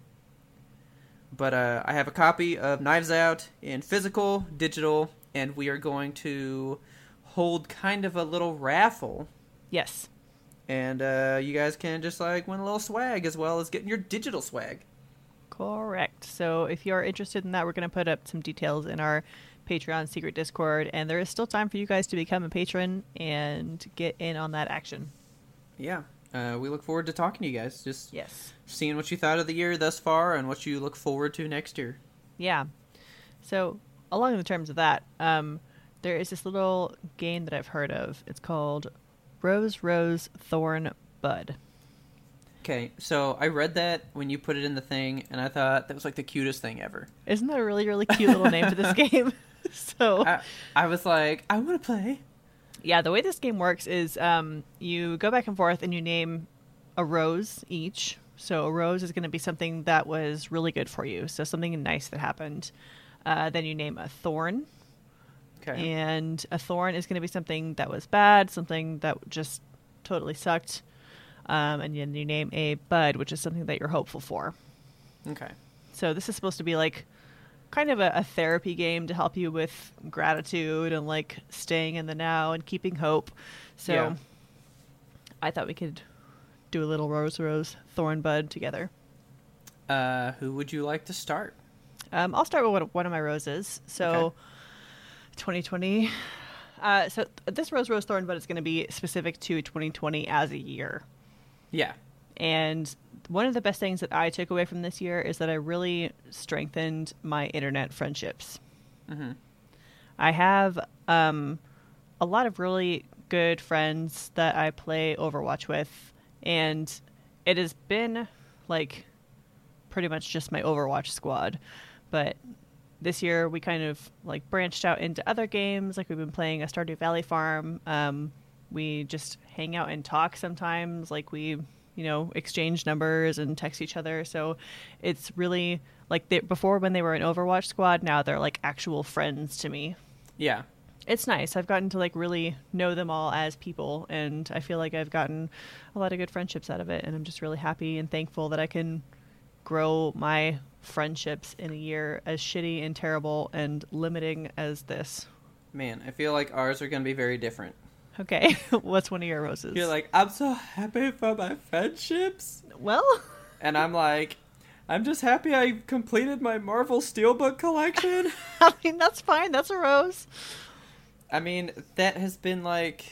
Speaker 1: But uh, I have a copy of Knives Out in physical, digital, and we are going to hold kind of a little raffle,
Speaker 2: Yes.
Speaker 1: and uh, you guys can just like win a little swag as well as getting your digital swag.
Speaker 2: Correct. So if you are interested in that, we're going to put up some details in our Patreon secret Discord, and there is still time for you guys to become a patron and get in on that action.
Speaker 1: Yeah, uh, we look forward to talking to you guys. Just
Speaker 2: Yes.
Speaker 1: seeing what you thought of the year thus far and what you look forward to next year.
Speaker 2: Yeah. So along the terms of that, um, there is this little game that I've heard of. It's called Rose Rose Thorn Bud.
Speaker 1: Okay, so I read that when you put it in the thing, and I thought that was like the cutest thing ever.
Speaker 2: Isn't that a really really cute little name for this game? so
Speaker 1: I, I was like, I want to play.
Speaker 2: Yeah, the way this game works is um, you go back and forth and you name a rose each. So a rose is going to be something that was really good for you. So something nice that happened. Uh, then you name a thorn,
Speaker 1: Okay.
Speaker 2: and a thorn is going to be something that was bad, something that just totally sucked. Um, and then you name a bud, which is something that you're hopeful for.
Speaker 1: Okay.
Speaker 2: So this is supposed to be like kind of a, a therapy game to help you with gratitude and like staying in the now and keeping hope. So
Speaker 1: Yeah.
Speaker 2: I thought we could do a little rose rose thorn bud together.
Speaker 1: Uh, who would you like to start?
Speaker 2: Um, I'll start with one, one of my roses. So
Speaker 1: Okay.
Speaker 2: 2020. Uh, so th- this rose rose thorn bud is going to be specific to 2020 as a year.
Speaker 1: Yeah.
Speaker 2: And one of the best things that I took away from this year is that I really strengthened my internet friendships.
Speaker 1: Mhm.
Speaker 2: I have um, a lot of really good friends that I play Overwatch with, and it has been like pretty much just my Overwatch squad. But this year we kind of like branched out into other games. Like we've been playing a Stardew Valley farm. Um, we just hang out and talk sometimes. Like we, you know, exchange numbers and text each other. So it's really like they, before when they were an Overwatch squad, now they're like actual friends to me.
Speaker 1: Yeah.
Speaker 2: It's nice. I've gotten to like really know them all as people, and I feel like I've gotten a lot of good friendships out of it. And I'm just really happy and thankful that I can grow my friendships in a year as shitty and terrible and limiting as this.
Speaker 1: Man, I feel like ours are going to be very different.
Speaker 2: Okay, what's one of your roses?
Speaker 1: You're like, I'm so happy for my friendships.
Speaker 2: well,
Speaker 1: And I'm like, I'm just happy I completed my Marvel Steelbook collection.
Speaker 2: I mean that's fine. That's a rose.
Speaker 1: I mean, that has been like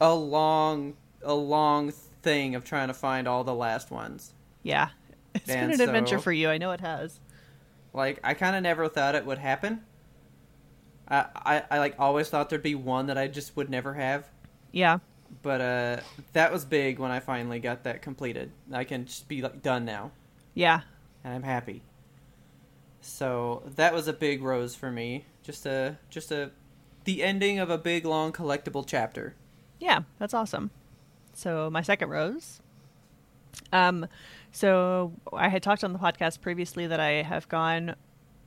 Speaker 1: a long, a long thing of trying to find all the last ones.
Speaker 2: Yeah, it's
Speaker 1: And
Speaker 2: been an adventure
Speaker 1: so-
Speaker 2: for you. I know it has.
Speaker 1: Like I kind of never thought it would happen. I, I I like always thought there'd be one that I just would never have,
Speaker 2: Yeah,
Speaker 1: but uh, that was big when I finally got that completed. I can just be like done now,
Speaker 2: yeah,
Speaker 1: and I'm happy. So that was a big rose for me. Just a just a the ending of a big long collectible chapter.
Speaker 2: Yeah, that's awesome. So my second rose. Um, so I had talked on the podcast previously that I have gone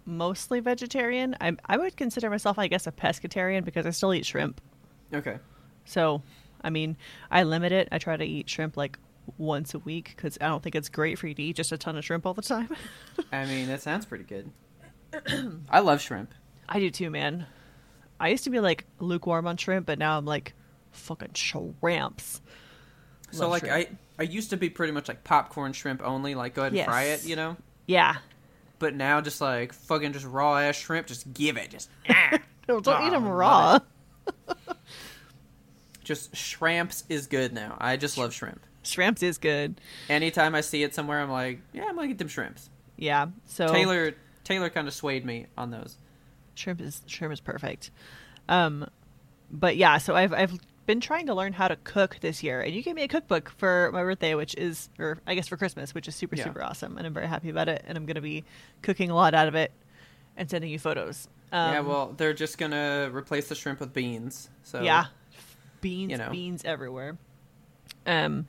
Speaker 2: mostly vegetarian. I I would consider myself, I guess, a pescatarian because I still eat shrimp.
Speaker 1: Okay.
Speaker 2: So, I mean, I limit it. I try to eat shrimp like once a week because I don't think it's great for you to eat just a ton of shrimp all the time.
Speaker 1: I mean, that sounds pretty good. I love shrimp.
Speaker 2: I do too, man. I used to be like lukewarm on shrimp, but now I'm like fucking shrimps.
Speaker 1: So
Speaker 2: Love
Speaker 1: like
Speaker 2: shrimp.
Speaker 1: I I used to be pretty much like popcorn shrimp only, like go ahead and
Speaker 2: Yes.
Speaker 1: fry it, you know.
Speaker 2: yeah.
Speaker 1: But now just like fucking just raw ass shrimp, just give it, just
Speaker 2: No, don't eat
Speaker 1: Ah,
Speaker 2: them
Speaker 1: love
Speaker 2: raw.
Speaker 1: just shrimps is good now. I just love shrimp.
Speaker 2: shrimps is good.
Speaker 1: Anytime I see it somewhere, I'm like, yeah, I'm gonna get them shrimps.
Speaker 2: Yeah. So
Speaker 1: Taylor Taylor kind of swayed me on those.
Speaker 2: shrimp is shrimp is perfect. Um, but yeah, so I've I've been trying to learn how to cook this year, and you gave me a cookbook for my birthday, which is or I guess for Christmas, which is super
Speaker 1: Yeah.
Speaker 2: super awesome, and I'm very happy about it, and I'm gonna be cooking a lot out of it, and sending you photos. Um,
Speaker 1: yeah, well, they're just gonna replace the shrimp with beans. So
Speaker 2: yeah, beans,
Speaker 1: you know.
Speaker 2: beans everywhere. Um,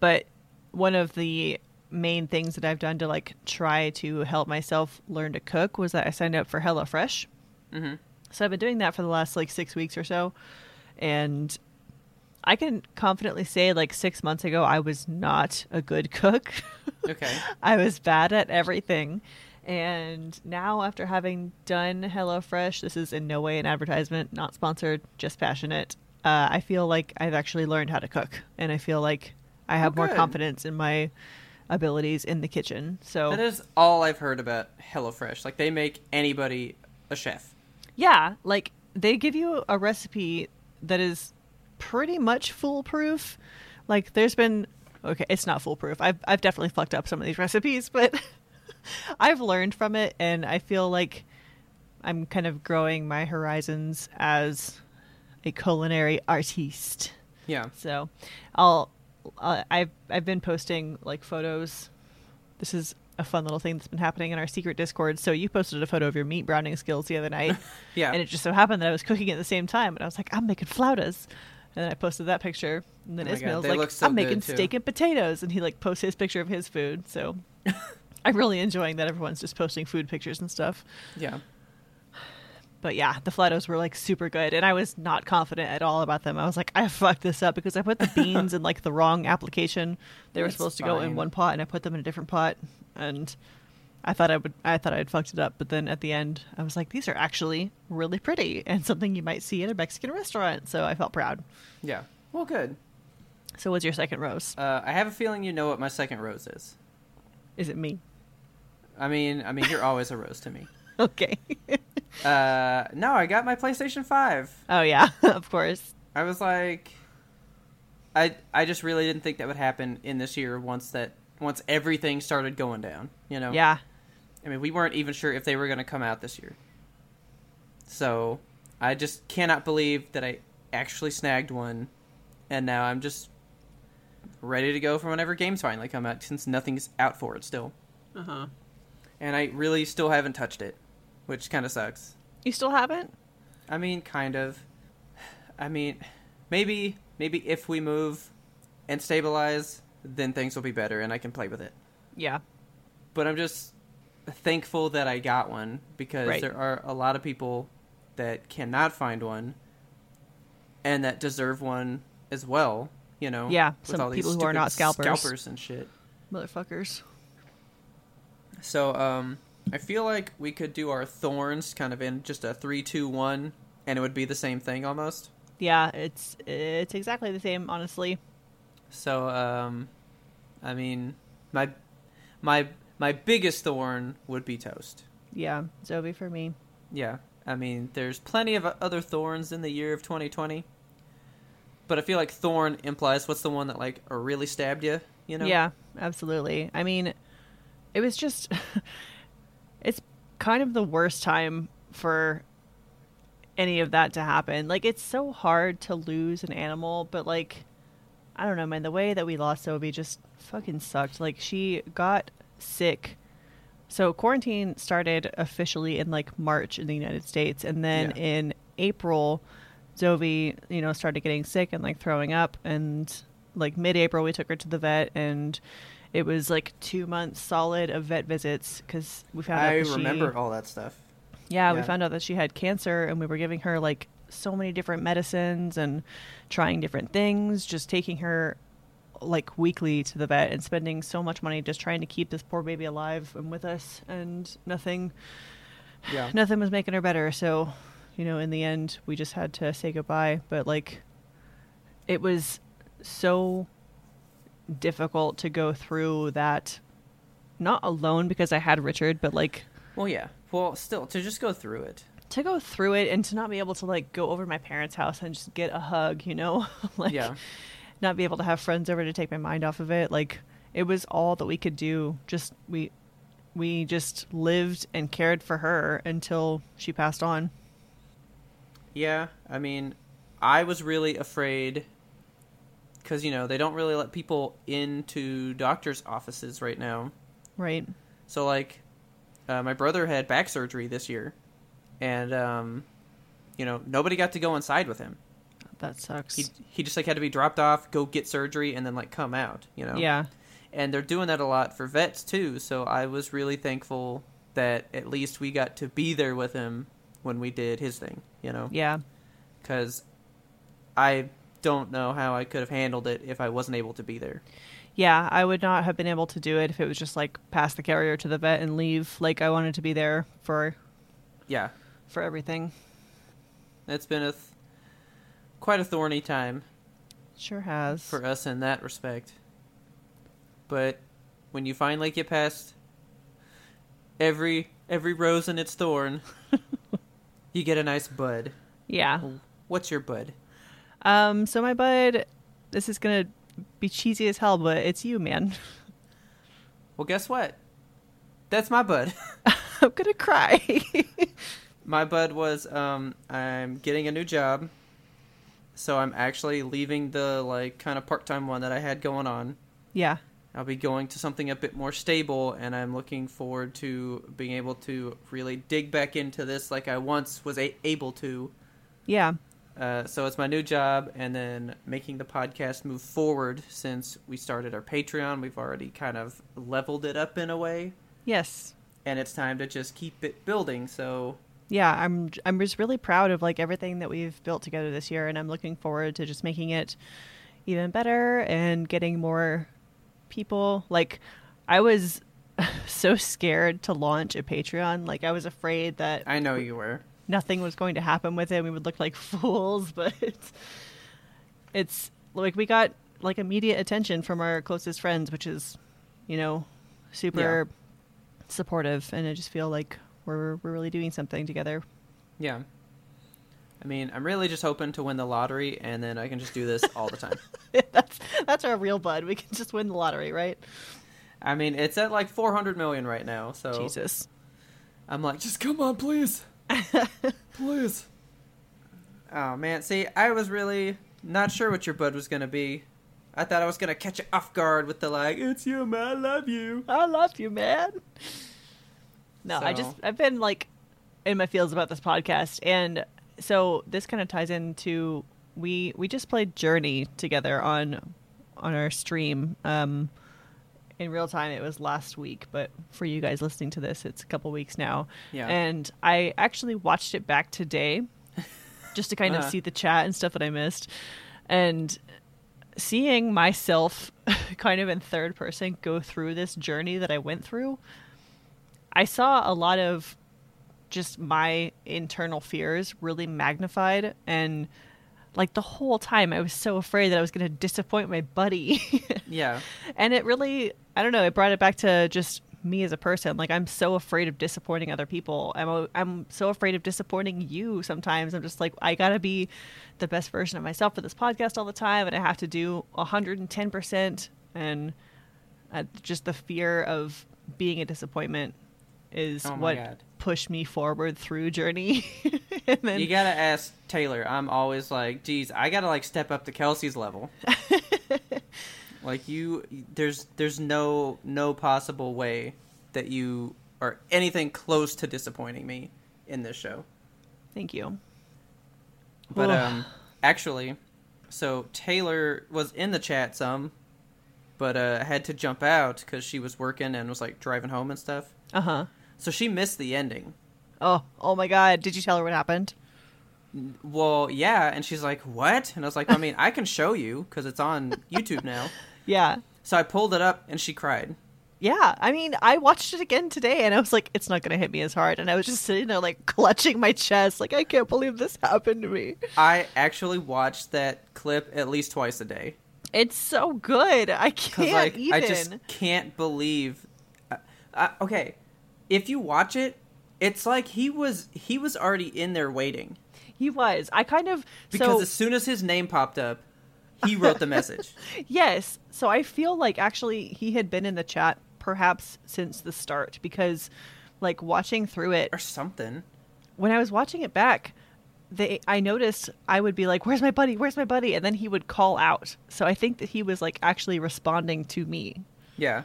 Speaker 2: but one of the main things that I've done to like try to help myself learn to cook was that I signed up for HelloFresh.
Speaker 1: hmm
Speaker 2: So I've been doing that for the last like six weeks or so, and I can confidently say like six months ago I was not a good cook.
Speaker 1: Okay.
Speaker 2: I was bad at everything. And now, after having done HelloFresh, this is in no way an advertisement, not sponsored, just passionate. Uh, I feel like I've actually learned how to cook, and I feel like I have more
Speaker 1: Oh, good.
Speaker 2: confidence in my abilities in the kitchen. So
Speaker 1: That is all I've heard about HelloFresh. Like they make anybody a chef.
Speaker 2: Yeah, like they give you a recipe that is pretty much foolproof. Like there's been okay, it's not foolproof. I've I've definitely fucked up some of these recipes, but I've learned from it and I feel like I'm kind of growing my horizons as a culinary artiste.
Speaker 1: Yeah.
Speaker 2: So, I'll uh, I've I've been posting like photos. This is a fun little thing that's been happening in our secret Discord. So you posted a photo of your meat browning skills the other night.
Speaker 1: Yeah.
Speaker 2: And it just so happened that I was cooking at the same time, and I was like, I'm making flautas. And then I posted that picture, and then
Speaker 1: Oh my God,
Speaker 2: Ismail's
Speaker 1: they
Speaker 2: like,
Speaker 1: look so
Speaker 2: I'm making
Speaker 1: good, too.
Speaker 2: steak and potatoes, and he like posts his picture of his food. So I'm really enjoying that everyone's just posting food pictures and stuff.
Speaker 1: Yeah.
Speaker 2: But yeah, the flautas were like super good, and I was not confident at all about them. I was like, I fucked this up because I put the beans in like the wrong application. They were
Speaker 1: That's
Speaker 2: supposed to go in
Speaker 1: fine.
Speaker 2: one pot, and I put them in a different pot, and I thought I would, I thought I had fucked it up. But then at the end, I was like, these are actually really pretty and something you might see at a Mexican restaurant. So I felt proud.
Speaker 1: Yeah. Well, good.
Speaker 2: So what's your second rose?
Speaker 1: Uh, I have a feeling you know what my second rose is.
Speaker 2: Is it me?
Speaker 1: I mean, I mean, you're always a rose to me.
Speaker 2: Okay.
Speaker 1: Uh, no, I got my PlayStation Five.
Speaker 2: oh yeah, of course.
Speaker 1: I was like, I I just really didn't think that would happen in this year. Once that once everything started going down, you know.
Speaker 2: Yeah.
Speaker 1: I mean, we weren't even sure if they were going to come out this year. So, I just cannot believe that I actually snagged one, and now I'm just ready to go for whenever games finally come out, since nothing's out for it still.
Speaker 2: Uh huh.
Speaker 1: And I really still haven't touched it, which kind of sucks.
Speaker 2: You still haven't?
Speaker 1: I mean, kind of. I mean, maybe maybe if we move and stabilize, then things will be better and I can play with it.
Speaker 2: Yeah.
Speaker 1: But I'm just thankful that I got one because
Speaker 2: Right.
Speaker 1: there are a lot of people that cannot find one and that deserve one as well, you know.
Speaker 2: Yeah,
Speaker 1: with
Speaker 2: some
Speaker 1: all these
Speaker 2: people who
Speaker 1: stupid
Speaker 2: are not scalpers.
Speaker 1: scalpers and shit.
Speaker 2: Motherfuckers.
Speaker 1: So um I feel like we could do our thorns kind of in just a three, two, one, and it would be the same thing almost.
Speaker 2: Yeah, it's it's exactly the same, honestly.
Speaker 1: So, um, I mean, my my my biggest thorn would be toast.
Speaker 2: Yeah, Zoe for me.
Speaker 1: Yeah, I mean, there's plenty of other thorns in the year of 2020, but I feel like thorn implies what's the one that like really stabbed you. You know?
Speaker 2: Yeah, absolutely. I mean, it was just it's kind of the worst time for any of that to happen. Like it's so hard to lose an animal, but like I don't know, man, the way that we lost Zoe just fucking sucked. Like she got sick. So quarantine started officially in like March in the United States and then
Speaker 1: Yeah.
Speaker 2: in April Zoe, you know, started getting sick and like throwing up and like mid-April we took her to the vet and it was like 2 months solid of vet visits cuz we found out
Speaker 1: I
Speaker 2: that she-
Speaker 1: remember all that stuff.
Speaker 2: yeah, we
Speaker 1: Yeah.
Speaker 2: found out that she had cancer and we were giving her like so many different medicines and trying different things, just taking her like weekly to the vet and spending so much money just trying to keep this poor baby alive and with us and nothing
Speaker 1: Yeah.
Speaker 2: nothing was making her better. So, you know, in the end, we just had to say goodbye. But like, it was so difficult to go through that, not alone because I had Richard, but like
Speaker 1: Well, yeah. Well, still to just go through it.
Speaker 2: to go through it and to not be able to like go over to my parents' house and just get a hug, you know, like
Speaker 1: Yeah.
Speaker 2: not be able to have friends over to take my mind off of it. Like it was all that we could do. Just we we just lived and cared for her until she passed on.
Speaker 1: Yeah, I mean, I was really afraid because you know they don't really let people into doctors' offices right now.
Speaker 2: Right.
Speaker 1: So like, uh, my brother had back surgery this year, and um, you know nobody got to go inside with him.
Speaker 2: That sucks.
Speaker 1: He he just like had to be dropped off, go get surgery, and then like come out. You know.
Speaker 2: Yeah.
Speaker 1: And they're doing that a lot for vets too. So I was really thankful that at least we got to be there with him when we did his thing. You know.
Speaker 2: Yeah.
Speaker 1: Because I don't know how I could have handled it if I wasn't able to be there.
Speaker 2: Yeah, I would not have been able to do it if it was just like pass the carrier to the vet and leave. Like I wanted to be there for
Speaker 1: Yeah,
Speaker 2: for everything.
Speaker 1: it's been a th- quite a thorny time
Speaker 2: Sure has.
Speaker 1: for us in that respect. But when you finally get past every every rose and its thorn, you get a nice bud.
Speaker 2: yeah.
Speaker 1: What's your bud?
Speaker 2: Um so my bud, this is going to be cheesy as hell, but it's you, man.
Speaker 1: Well, guess what? That's my bud.
Speaker 2: I'm going to cry.
Speaker 1: my bud was um I'm getting a new job. So I'm actually leaving the like kind of part-time one that I had going on.
Speaker 2: yeah.
Speaker 1: I'll be going to something a bit more stable, and I'm looking forward to being able to really dig back into this like I once was a- able to.
Speaker 2: Yeah.
Speaker 1: Uh, so it's my new job, and then making the podcast move forward since we started our Patreon. We've already kind of leveled it up in a way,
Speaker 2: Yes.
Speaker 1: and it's time to just keep it building. So
Speaker 2: yeah i'm i'm just really proud of like everything that we've built together this year and i'm looking forward to just making it even better and getting more people like i was so scared to launch a patreon like i was afraid that
Speaker 1: I know you were.
Speaker 2: nothing was going to happen with it we would look like fools but it's, it's like we got like immediate attention from our closest friends which is you know super supportive and i just feel like we're we're really doing something together
Speaker 1: Yeah. I mean, I'm really just hoping to win the lottery, and then I can just do this all the time.
Speaker 2: that's that's our real bud. We can just win the lottery, right?
Speaker 1: I mean, it's at like 400 million right now, so
Speaker 2: Jesus.
Speaker 1: I'm like, just come on, please. please. Oh, man. See, I was really not sure what your bud was going to be. I thought I was going to catch you off guard with the, like, it's you, man, I love you.
Speaker 2: I love you, man. No, I just
Speaker 1: So-
Speaker 2: I've been like in my feels about this podcast and so this kind of ties into we we just played Journey together on on our stream um in real time it was last week but for you guys listening to this it's a couple weeks now
Speaker 1: Yeah.
Speaker 2: and i actually watched it back today just to kind of
Speaker 1: Uh-huh.
Speaker 2: see the chat and stuff that i missed and seeing myself kind of in third person go through this journey that I went through, I saw a lot of just my internal fears really magnified and like the whole time I was so afraid that I was going to disappoint my buddy.
Speaker 1: Yeah.
Speaker 2: and it really I don't know, it brought it back to just me as a person. Like I'm so afraid of disappointing other people. I'm a, I'm so afraid of disappointing you sometimes. I'm just like I got to be the best version of myself for this podcast all the time and I have to do 110% and uh, just the fear of being a disappointment is
Speaker 1: Oh my
Speaker 2: what
Speaker 1: God.
Speaker 2: pushed me forward through journey. and then
Speaker 1: You got to ask Taylor. I'm always like, geez, I got to, like, step up to Kelsey's level. like, you, there's, there's no, no possible way that you are anything close to disappointing me in this show.
Speaker 2: thank you.
Speaker 1: But
Speaker 2: Ugh.
Speaker 1: um, actually, so Taylor was in the chat some, but uh, had to jump out because she was working and was like driving home and stuff.
Speaker 2: Uh-huh.
Speaker 1: So she missed the ending.
Speaker 2: Oh, oh my god, did you tell her what happened?
Speaker 1: Well, yeah, and she's like, "What?" And I was like, "I mean, I can show you because it's on YouTube now."
Speaker 2: Yeah.
Speaker 1: So I pulled it up, and she cried.
Speaker 2: Yeah, I mean, I watched it again today and I was like, it's not going to hit me as hard. And I was just sitting there, like, clutching my chest, like, I can't believe this happened to me.
Speaker 1: I actually watched that clip at least twice a day
Speaker 2: It's so good. I
Speaker 1: because,
Speaker 2: can't
Speaker 1: like,
Speaker 2: even.
Speaker 1: I just can't believe. Uh, uh, okay, if you watch it, it's like he was he was already in there waiting.
Speaker 2: He was. I kind of.
Speaker 1: because
Speaker 2: so,
Speaker 1: as soon as his name popped up, He wrote the message.
Speaker 2: Yes. So I feel like actually he had been in the chat perhaps since the start because like watching through it
Speaker 1: or something.
Speaker 2: when I was watching it back, they I noticed I would be like, "Where's my buddy? Where's my buddy?" and then he would call out. So I think that he was like actually responding to me.
Speaker 1: Yeah.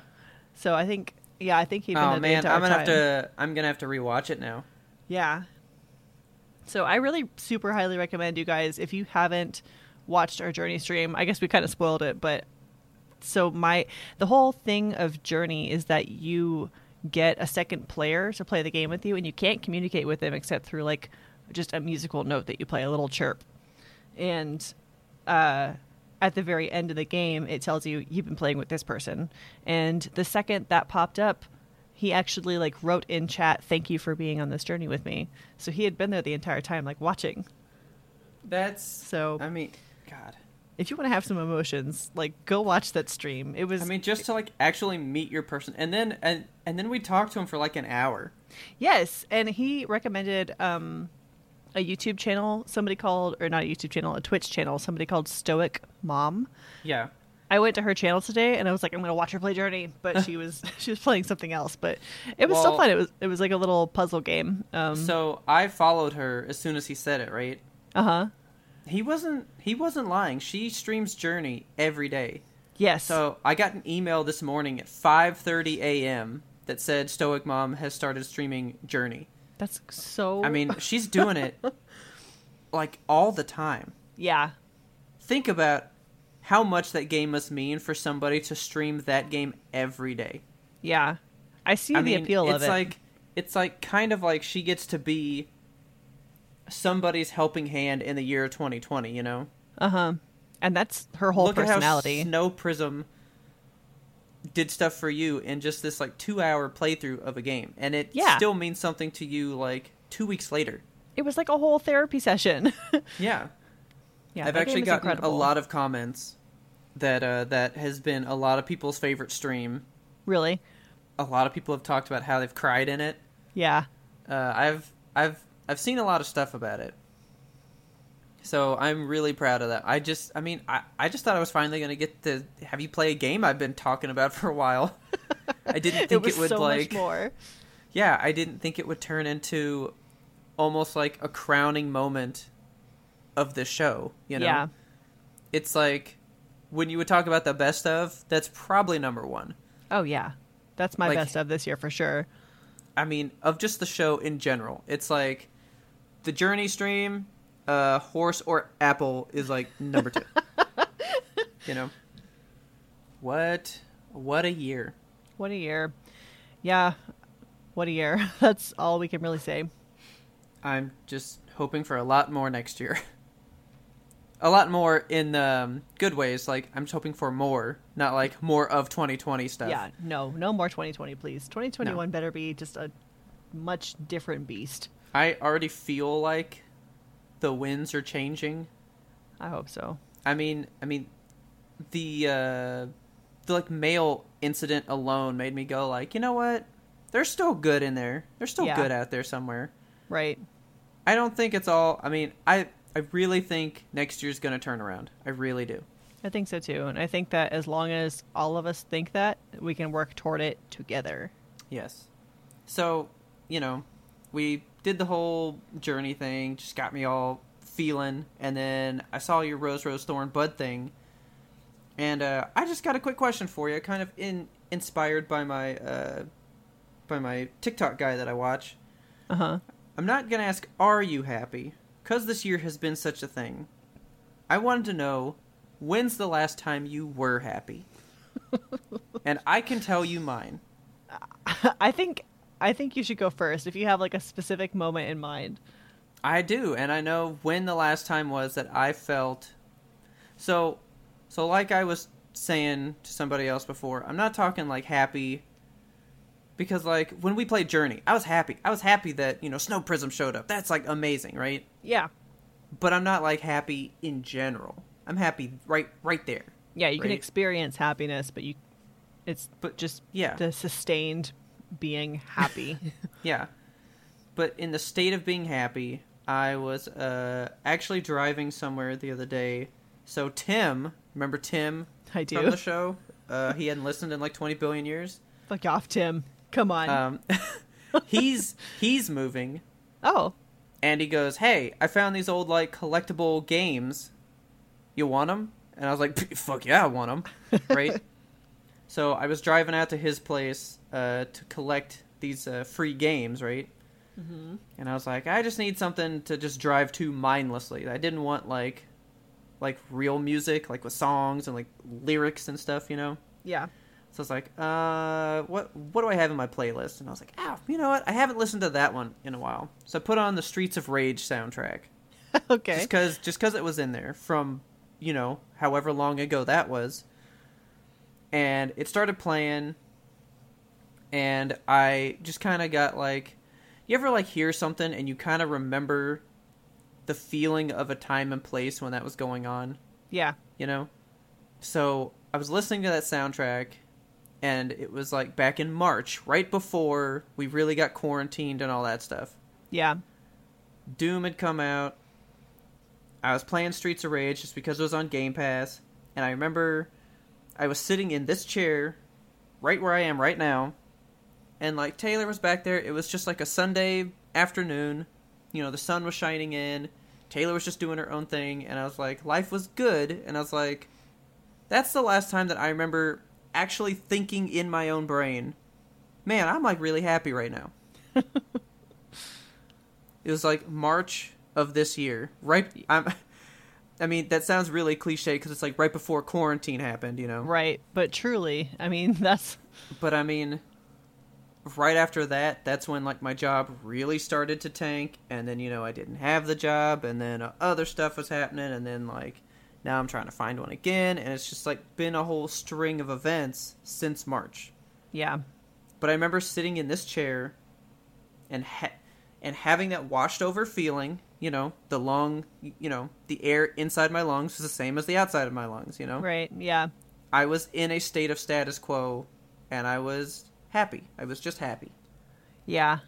Speaker 2: So I think yeah, I think he'd been
Speaker 1: Oh
Speaker 2: there
Speaker 1: man,
Speaker 2: the entire
Speaker 1: I'm gonna
Speaker 2: time.
Speaker 1: have to. I'm gonna have to rewatch it now.
Speaker 2: Yeah. So I really super highly recommend you guys if you haven't watched our journey stream. I guess we kind of spoiled it, but so my the whole thing of journey is that you get a second player to play the game with you and you can't communicate with them except through like just a musical note that you play, a little chirp. And uh, at the very end of the game, it tells you you've been playing with this person. And the second that popped up, he actually like wrote in chat, "Thank you for being on this journey with me." So he had been there the entire time, like watching.
Speaker 1: That's
Speaker 2: So-
Speaker 1: I mean, God.
Speaker 2: If you want to have some emotions, like go watch that stream. It was,
Speaker 1: I mean, just to like actually meet your person, and then and and then we talked to him for like an hour.
Speaker 2: yes, and he recommended um, a YouTube channel. Somebody called, or not a YouTube channel, a Twitch channel. Somebody called Stoic Mom.
Speaker 1: Yeah.
Speaker 2: I went to her channel today and I was like, I'm gonna watch her play Journey, but she was she was playing something else. But it was still
Speaker 1: Well-
Speaker 2: fun. It was it was like a little puzzle game. Um,
Speaker 1: So I followed her as soon as he said it. Right.
Speaker 2: uh huh.
Speaker 1: He wasn't. He wasn't lying. She streams Journey every day.
Speaker 2: Yes.
Speaker 1: So I got an email this morning at 5:30 a.m. that said Stoic Mom has started streaming Journey.
Speaker 2: that's so.
Speaker 1: I mean, she's doing it like all the time.
Speaker 2: yeah,
Speaker 1: Think about how much that game must mean for somebody to stream that game every day.
Speaker 2: yeah. I see
Speaker 1: I
Speaker 2: the
Speaker 1: mean,
Speaker 2: appeal
Speaker 1: it's
Speaker 2: of it.
Speaker 1: like it's like kind of like she gets to be somebody's helping hand in the year 2020, you know?
Speaker 2: uh huh. And that's her whole
Speaker 1: Look
Speaker 2: personality.
Speaker 1: at how Snow Prism did stuff for you in just this like 2-hour playthrough of a game and it
Speaker 2: Yeah.
Speaker 1: still means something to you like 2 weeks later.
Speaker 2: it was like a whole therapy session.
Speaker 1: Yeah.
Speaker 2: yeah,
Speaker 1: I've
Speaker 2: that game
Speaker 1: actually
Speaker 2: is
Speaker 1: gotten a
Speaker 2: incredible.
Speaker 1: lot of comments that uh, that has been a lot of people's favorite stream.
Speaker 2: Really.
Speaker 1: A lot of people have talked about how they've cried in it.
Speaker 2: Yeah.
Speaker 1: Uh, I've I've I've seen a lot of stuff about it. So I'm really proud of that. I just I mean I, I just thought I was finally gonna get to have you play a game I've been talking about for a while. I didn't think it,
Speaker 2: was
Speaker 1: would
Speaker 2: so
Speaker 1: like
Speaker 2: much more.
Speaker 1: yeah, I didn't think it would turn into almost like a crowning moment of the show, you know.
Speaker 2: Yeah.
Speaker 1: It's like when you would talk about the best of, that's probably number 1.
Speaker 2: Oh yeah, that's my
Speaker 1: Like-
Speaker 2: best of this year for sure.
Speaker 1: I mean, of just the show in general. It's like the journey stream, uh, horse or apple is like number 2. you know. What what a year.
Speaker 2: What a year. Yeah. What a year. That's all we can really say.
Speaker 1: I'm just hoping for a lot more next year. a lot more in um, good ways. Like I'm just hoping for more, not like more of 2020 stuff.
Speaker 2: Yeah, no, no more 2020, please. 2021 better be just a much different beast.
Speaker 1: I already feel like the winds are changing.
Speaker 2: I hope so.
Speaker 1: I mean, I mean, the uh, the like mail incident alone made me go like, you know what? They're still good in there. They're still
Speaker 2: Yeah.
Speaker 1: good out there somewhere.
Speaker 2: Right.
Speaker 1: I don't think it's all. I mean, I I really think next year's gonna turn around. I really do.
Speaker 2: I think so too. And I think that as long as all of us think that, we can work toward it together.
Speaker 1: Yes. So, you know, we did the whole journey thing, just got me all feeling, and then I saw your Rose Rose Thorn Bud thing, and uh, I just got a quick question for you, kind of in inspired by my uh, by my TikTok guy that I watch.
Speaker 2: Uh huh.
Speaker 1: I'm not gonna ask, are you happy? Cause this year has been such a thing. I wanted to know, when's the last time you were happy? and I can tell you mine.
Speaker 2: I think I think you should go first if you have like a specific moment in mind.
Speaker 1: I do, and I know when the last time was that I felt so so like I was saying to somebody else before, I'm not talking like happy because like when we played Journey, I was happy. I was happy that, you know, Snow Prism showed up. That's like amazing, right?
Speaker 2: Yeah.
Speaker 1: But I'm not like happy in general. I'm happy right right there.
Speaker 2: Yeah, you can
Speaker 1: Right.
Speaker 2: experience happiness, but you it's but just
Speaker 1: yeah.
Speaker 2: the sustained being happy.
Speaker 1: Yeah. But in the state of being happy, I was uh, actually driving somewhere the other day So Tim, remember Tim
Speaker 2: I do.
Speaker 1: from the show? Uh, he hadn't listened in like 20 billion years.
Speaker 2: Fuck off, Tim. Come on.
Speaker 1: Um, he's he's moving,
Speaker 2: oh,
Speaker 1: and he goes, "Hey, I found these old like collectible games. You want them?" And I was like, "Pff, "Fuck yeah, I want them!" Right. so I was driving out to his place uh, to collect these uh, free games, right? And I was like, I just need something to just drive to mindlessly. I didn't want like, like real music, like with songs and like lyrics and stuff, you know.
Speaker 2: yeah.
Speaker 1: So I was like, uh, what what do I have in my playlist? And I was like, oh, you know what? I haven't listened to that one in a while. So I put on the Streets of Rage soundtrack.
Speaker 2: okay.
Speaker 1: Just cause just cause it was in there from, you know, however long ago that was. And it started playing and I just kinda got like you ever like hear something and you kinda remember the feeling of a time and place when that was going on?
Speaker 2: Yeah.
Speaker 1: you know so i was listening to that soundtrack and it was like back in march right before we really got quarantined and all that stuff
Speaker 2: Yeah.
Speaker 1: doom had come out i was playing streets of rage just because it was on game pass and i remember i was sitting in this chair right where i am right now and like taylor was back there it was just like a sunday afternoon you know the sun was shining in taylor was just doing her own thing and i was like life was good and i was like that's the last time that i remember actually thinking in my own brain man i'm like really happy right now it was like march of this year right i'm i mean that sounds really cliche because it's like right before quarantine happened you know
Speaker 2: Right. But truly, I mean, that's
Speaker 1: but I mean, right after that, that's when like my job really started to tank, and then you know I didn't have the job, and then uh, other stuff was happening, and then like now I'm trying to find one again, and it's just like been a whole string of events since March.
Speaker 2: yeah.
Speaker 1: But I remember sitting in this chair, and ha- and having that washed over feeling, you know, the lung, you know, the air inside my lungs was the same as the outside of my lungs, you know.
Speaker 2: Right. Yeah.
Speaker 1: I was in a state of status quo, and I was happy. I was just happy.
Speaker 2: Yeah.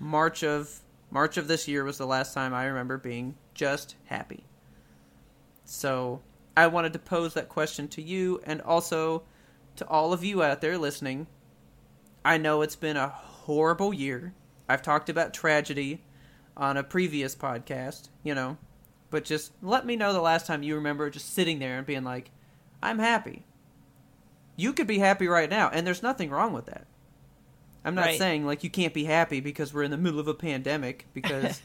Speaker 1: March of March of this year was the last time I remember being just happy. So I wanted to pose that question to you, and also to all of you out there listening. I know it's been a horrible year. I've talked about tragedy on a previous podcast, you know, but just let me know the last time you remember just sitting there and being like, I'm happy. You could be happy right now, and there's nothing wrong with that. I'm not
Speaker 2: Right.
Speaker 1: saying like you can't be happy because we're in the middle of a pandemic, because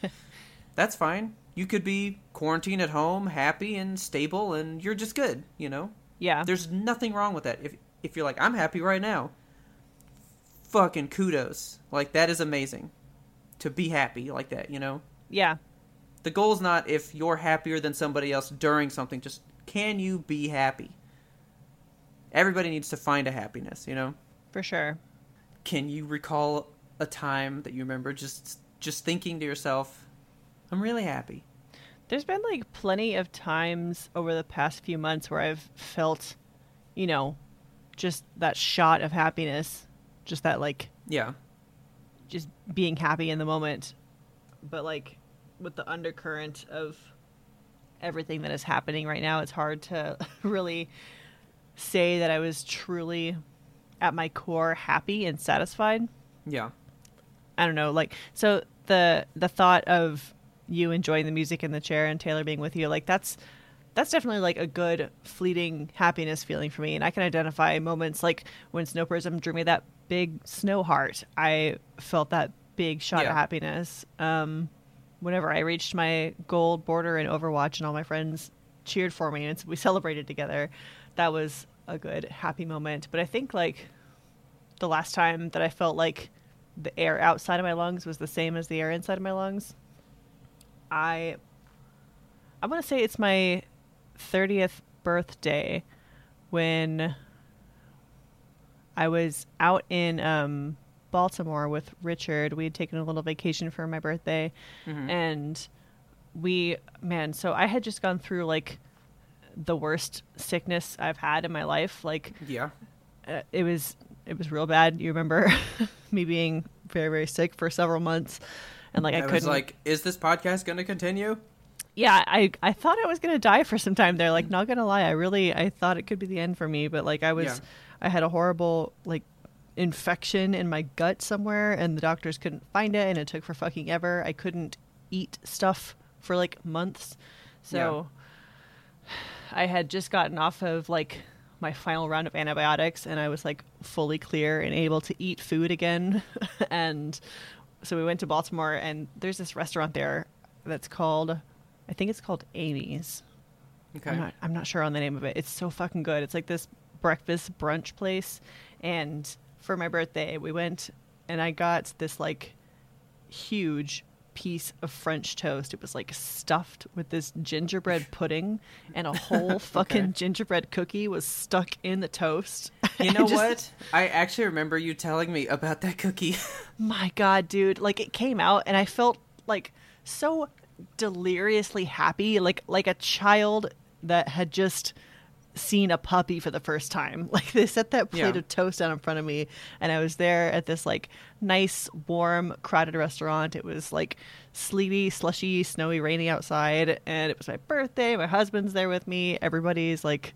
Speaker 1: that's fine. You could be quarantined at home, happy and stable, and you're just good, you know?
Speaker 2: Yeah.
Speaker 1: There's nothing wrong with that. If if you're like, I'm happy right now, fucking kudos. Like that is amazing. To be happy like that, you know?
Speaker 2: Yeah.
Speaker 1: The goal's not if you're happier than somebody else during something, just can you be happy? Everybody needs to find a happiness, you know?
Speaker 2: For sure.
Speaker 1: Can you recall a time that you remember just just thinking to yourself, I'm really happy?
Speaker 2: There's been like plenty of times over the past few months where I've felt, you know, just that shot of happiness, just that like
Speaker 1: Yeah.
Speaker 2: just being happy in the moment, but like with the undercurrent of everything that is happening right now, it's hard to really say that I was truly at my core happy and satisfied.
Speaker 1: Yeah.
Speaker 2: I don't know, like so the the thought of you enjoying the music in the chair and Taylor being with you, like that's that's definitely like a good fleeting happiness feeling for me, and I can identify moments like when Snow Prism drew me that big snow heart. I felt that big shot
Speaker 1: Yeah.
Speaker 2: of happiness. Um, whenever I reached my gold border in Overwatch, and all my friends cheered for me, and we celebrated together, that was a good happy moment. But I think like the last time that I felt like the air outside of my lungs was the same as the air inside of my lungs. I I want to say it's my 30th birthday when I was out in um Baltimore with Richard. We had taken a little vacation for my birthday and we man, so I had just gone through like the worst sickness I've had in my life like
Speaker 1: Yeah.
Speaker 2: uh, it was it was real bad. You remember me being very very sick for several months, and like I,
Speaker 1: I
Speaker 2: couldn't
Speaker 1: was like, is this podcast going to continue?
Speaker 2: yeah, I I thought I was gonna die for some time there. Like, not gonna lie, I really I thought it could be the end for me, but like I was,
Speaker 1: Yeah.
Speaker 2: I had a horrible like infection in my gut somewhere, and the doctors couldn't find it, and it took for fucking ever. I couldn't eat stuff for like months, so I had just gotten off of like my final round of antibiotics, and I was like fully clear and able to eat food again, and so we went to Baltimore, and there's this restaurant there that's called, I think it's called Amy's.
Speaker 1: Okay.
Speaker 2: I'm not, I'm not sure on the name of it. It's so fucking good. It's like this breakfast brunch place, and for my birthday we went, and I got this like huge piece of French toast. It was like stuffed with this gingerbread pudding, and a whole fucking gingerbread cookie was stuck in the toast.
Speaker 1: You
Speaker 2: I
Speaker 1: know
Speaker 2: just-
Speaker 1: what? I actually remember you telling me about that cookie.
Speaker 2: my god dude like it came out and i felt like so deliriously happy like like a child that had just seen a puppy for the first time like they set that plate
Speaker 1: Yeah.
Speaker 2: of toast out in front of me and i was there at this like nice warm crowded restaurant it was like sleety slushy snowy rainy outside and it was my birthday my husband's there with me everybody's like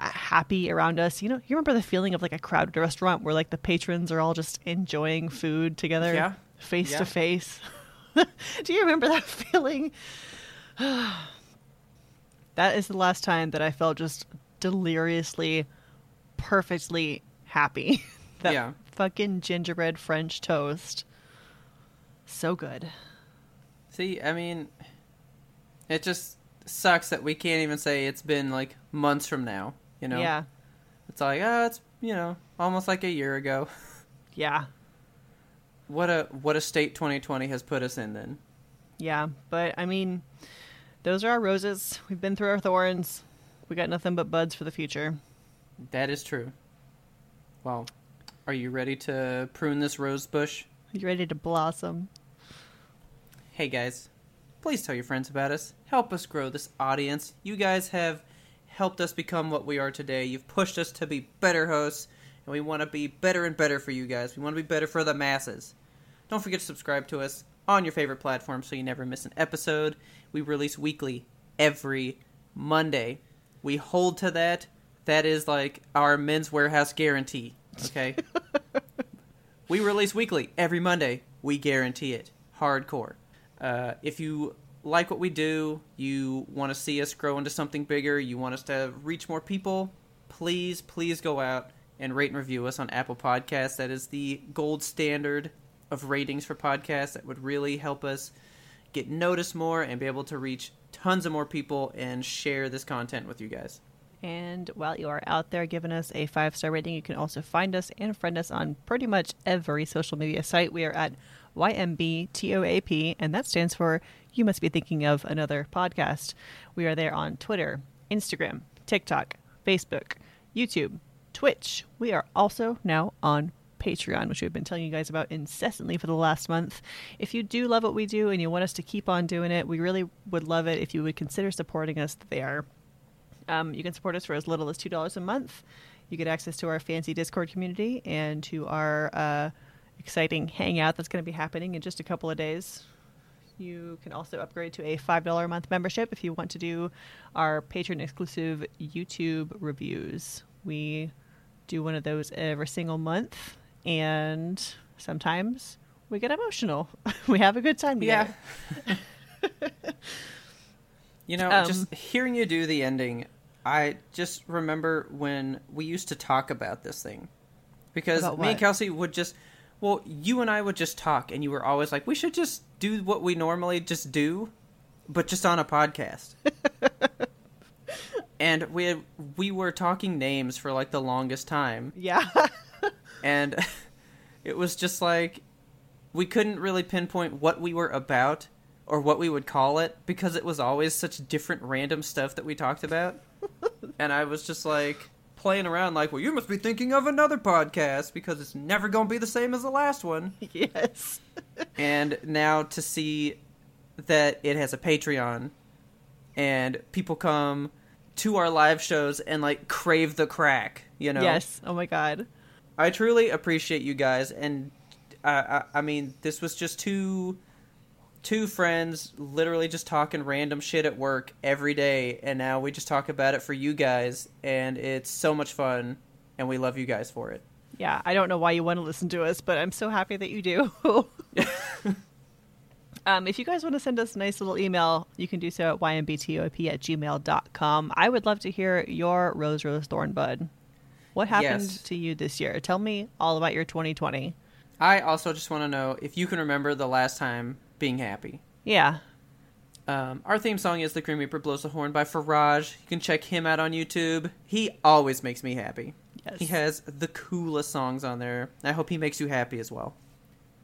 Speaker 2: uh, happy around us. You know, you remember the feeling of like a crowded restaurant where like the patrons are all just enjoying food together,
Speaker 1: Yeah.
Speaker 2: face
Speaker 1: Yeah.
Speaker 2: to face. Do you remember that feeling? that is the last time that I felt just deliriously, perfectly happy. that
Speaker 1: Yeah.
Speaker 2: fucking gingerbread French toast. So good.
Speaker 1: See, I mean, it just sucks that we can't even say it's been like months from now. You know,
Speaker 2: Yeah.
Speaker 1: it's like oh, it's you know almost like a year ago.
Speaker 2: Yeah.
Speaker 1: What a what a state 2020 has put us in. Then
Speaker 2: Yeah, but I mean, those are our roses. We've been through our thorns. We got nothing but buds for the future.
Speaker 1: that is true. Well, are you ready to prune this rose bush?
Speaker 2: You ready to blossom?
Speaker 1: Hey guys, please tell your friends about us. Help us grow this audience. You guys have helped us become what we are today. You've pushed us to be better hosts, and we want to be better and better for you guys. We want to be better for the masses. Don't forget to subscribe to us on your favorite platform so you never miss an episode. We release weekly every Monday. We hold to that. That is like our men's warehouse guarantee, okay? We release weekly every Monday. We guarantee it. Hardcore. Uh, if you like what we do, you want to see us grow into something bigger, you want us to reach more people, please, please go out and rate and review us on Apple Podcasts. That is the gold standard of ratings for podcasts. That would really help us get noticed more and be able to reach tons of more people and share this content with you guys.
Speaker 2: And while you are out there giving us a five star rating, you can also find us and friend us on pretty much every social media site. We are at YMBTOAP, and that stands for You Must Be Thinking of Another Podcast. We are there on Twitter, Instagram, TikTok, Facebook, YouTube, Twitch. We are also now on Patreon, which we've been telling you guys about incessantly for the last month. If you do love what we do and you want us to keep on doing it, we really would love it if you would consider supporting us there. Um, you can support us for as little as two dollars a month. You get access to our fancy Discord community and to our uh, exciting hangout that's going to be happening in just a couple of days. You can also upgrade to a five dollar a month membership if you want to do our patron exclusive YouTube reviews. We do one of those every single month, and sometimes we get emotional. we have a good time together.
Speaker 1: You know,
Speaker 2: Um,
Speaker 1: just hearing you do the ending, I just remember when we used to talk about this thing. Because
Speaker 2: About
Speaker 1: me and
Speaker 2: what?
Speaker 1: Kelsey would just, well, you and I would just talk, and you were always like, we should just do what we normally just do, but just on a podcast. and we had, we were talking names for like the longest time,
Speaker 2: yeah.
Speaker 1: and it was just like we couldn't really pinpoint what we were about or what we would call it because it was always such different random stuff that we talked about and i was just like playing around like well you must be thinking of another podcast because it's never going to be the same as the last one
Speaker 2: yes.
Speaker 1: and now to see that it has a patreon and people come to our live shows and like crave the crack you know
Speaker 2: Yes. Oh my god.
Speaker 1: I truly appreciate you guys, and uh, I, I mean, this was just too two friends literally just talking random shit at work every day, and now we just talk about it for you guys, and it's so much fun, and we love you guys for it.
Speaker 2: Yeah, I don't know why you want to listen to us, but I'm so happy that you do. um, if you guys want to send us a nice little email, you can do so at ymbtop at gmail.com. I would love to hear your Rose Rose Thornbud. What happened
Speaker 1: Yes.
Speaker 2: to you this year? Tell me all about your 2020.
Speaker 1: I also just want to know if you can remember the last time being happy.
Speaker 2: Yeah.
Speaker 1: Um, our theme song is The Grim Reaper Blows a Horn by Faraj. You can check him out on YouTube. He always makes me happy.
Speaker 2: Yes.
Speaker 1: He has the coolest songs on there. I hope he makes you happy as well.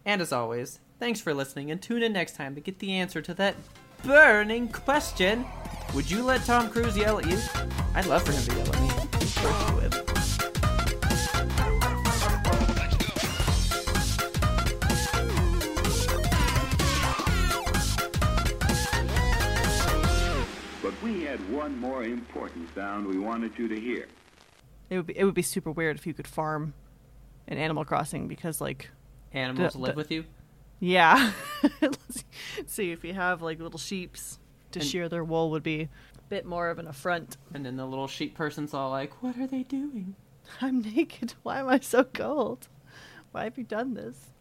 Speaker 1: And as always, thanks for listening and tune in next time to get the answer to that burning question. Would you let Tom Cruise yell at you? I'd love for him to yell at me.
Speaker 3: But we had one more important sound we wanted you to hear.
Speaker 2: It would be it would be super weird if you could farm in Animal Crossing because like
Speaker 1: Animals
Speaker 2: D-
Speaker 1: live
Speaker 2: d-
Speaker 1: with you?
Speaker 2: yeah, Let's see if you have like little sheep's to shear their wool would be a bit more of an affront.
Speaker 1: And then the little sheep person's all like, what are they doing?
Speaker 2: I'm naked. Why am I so cold? Why have you done this?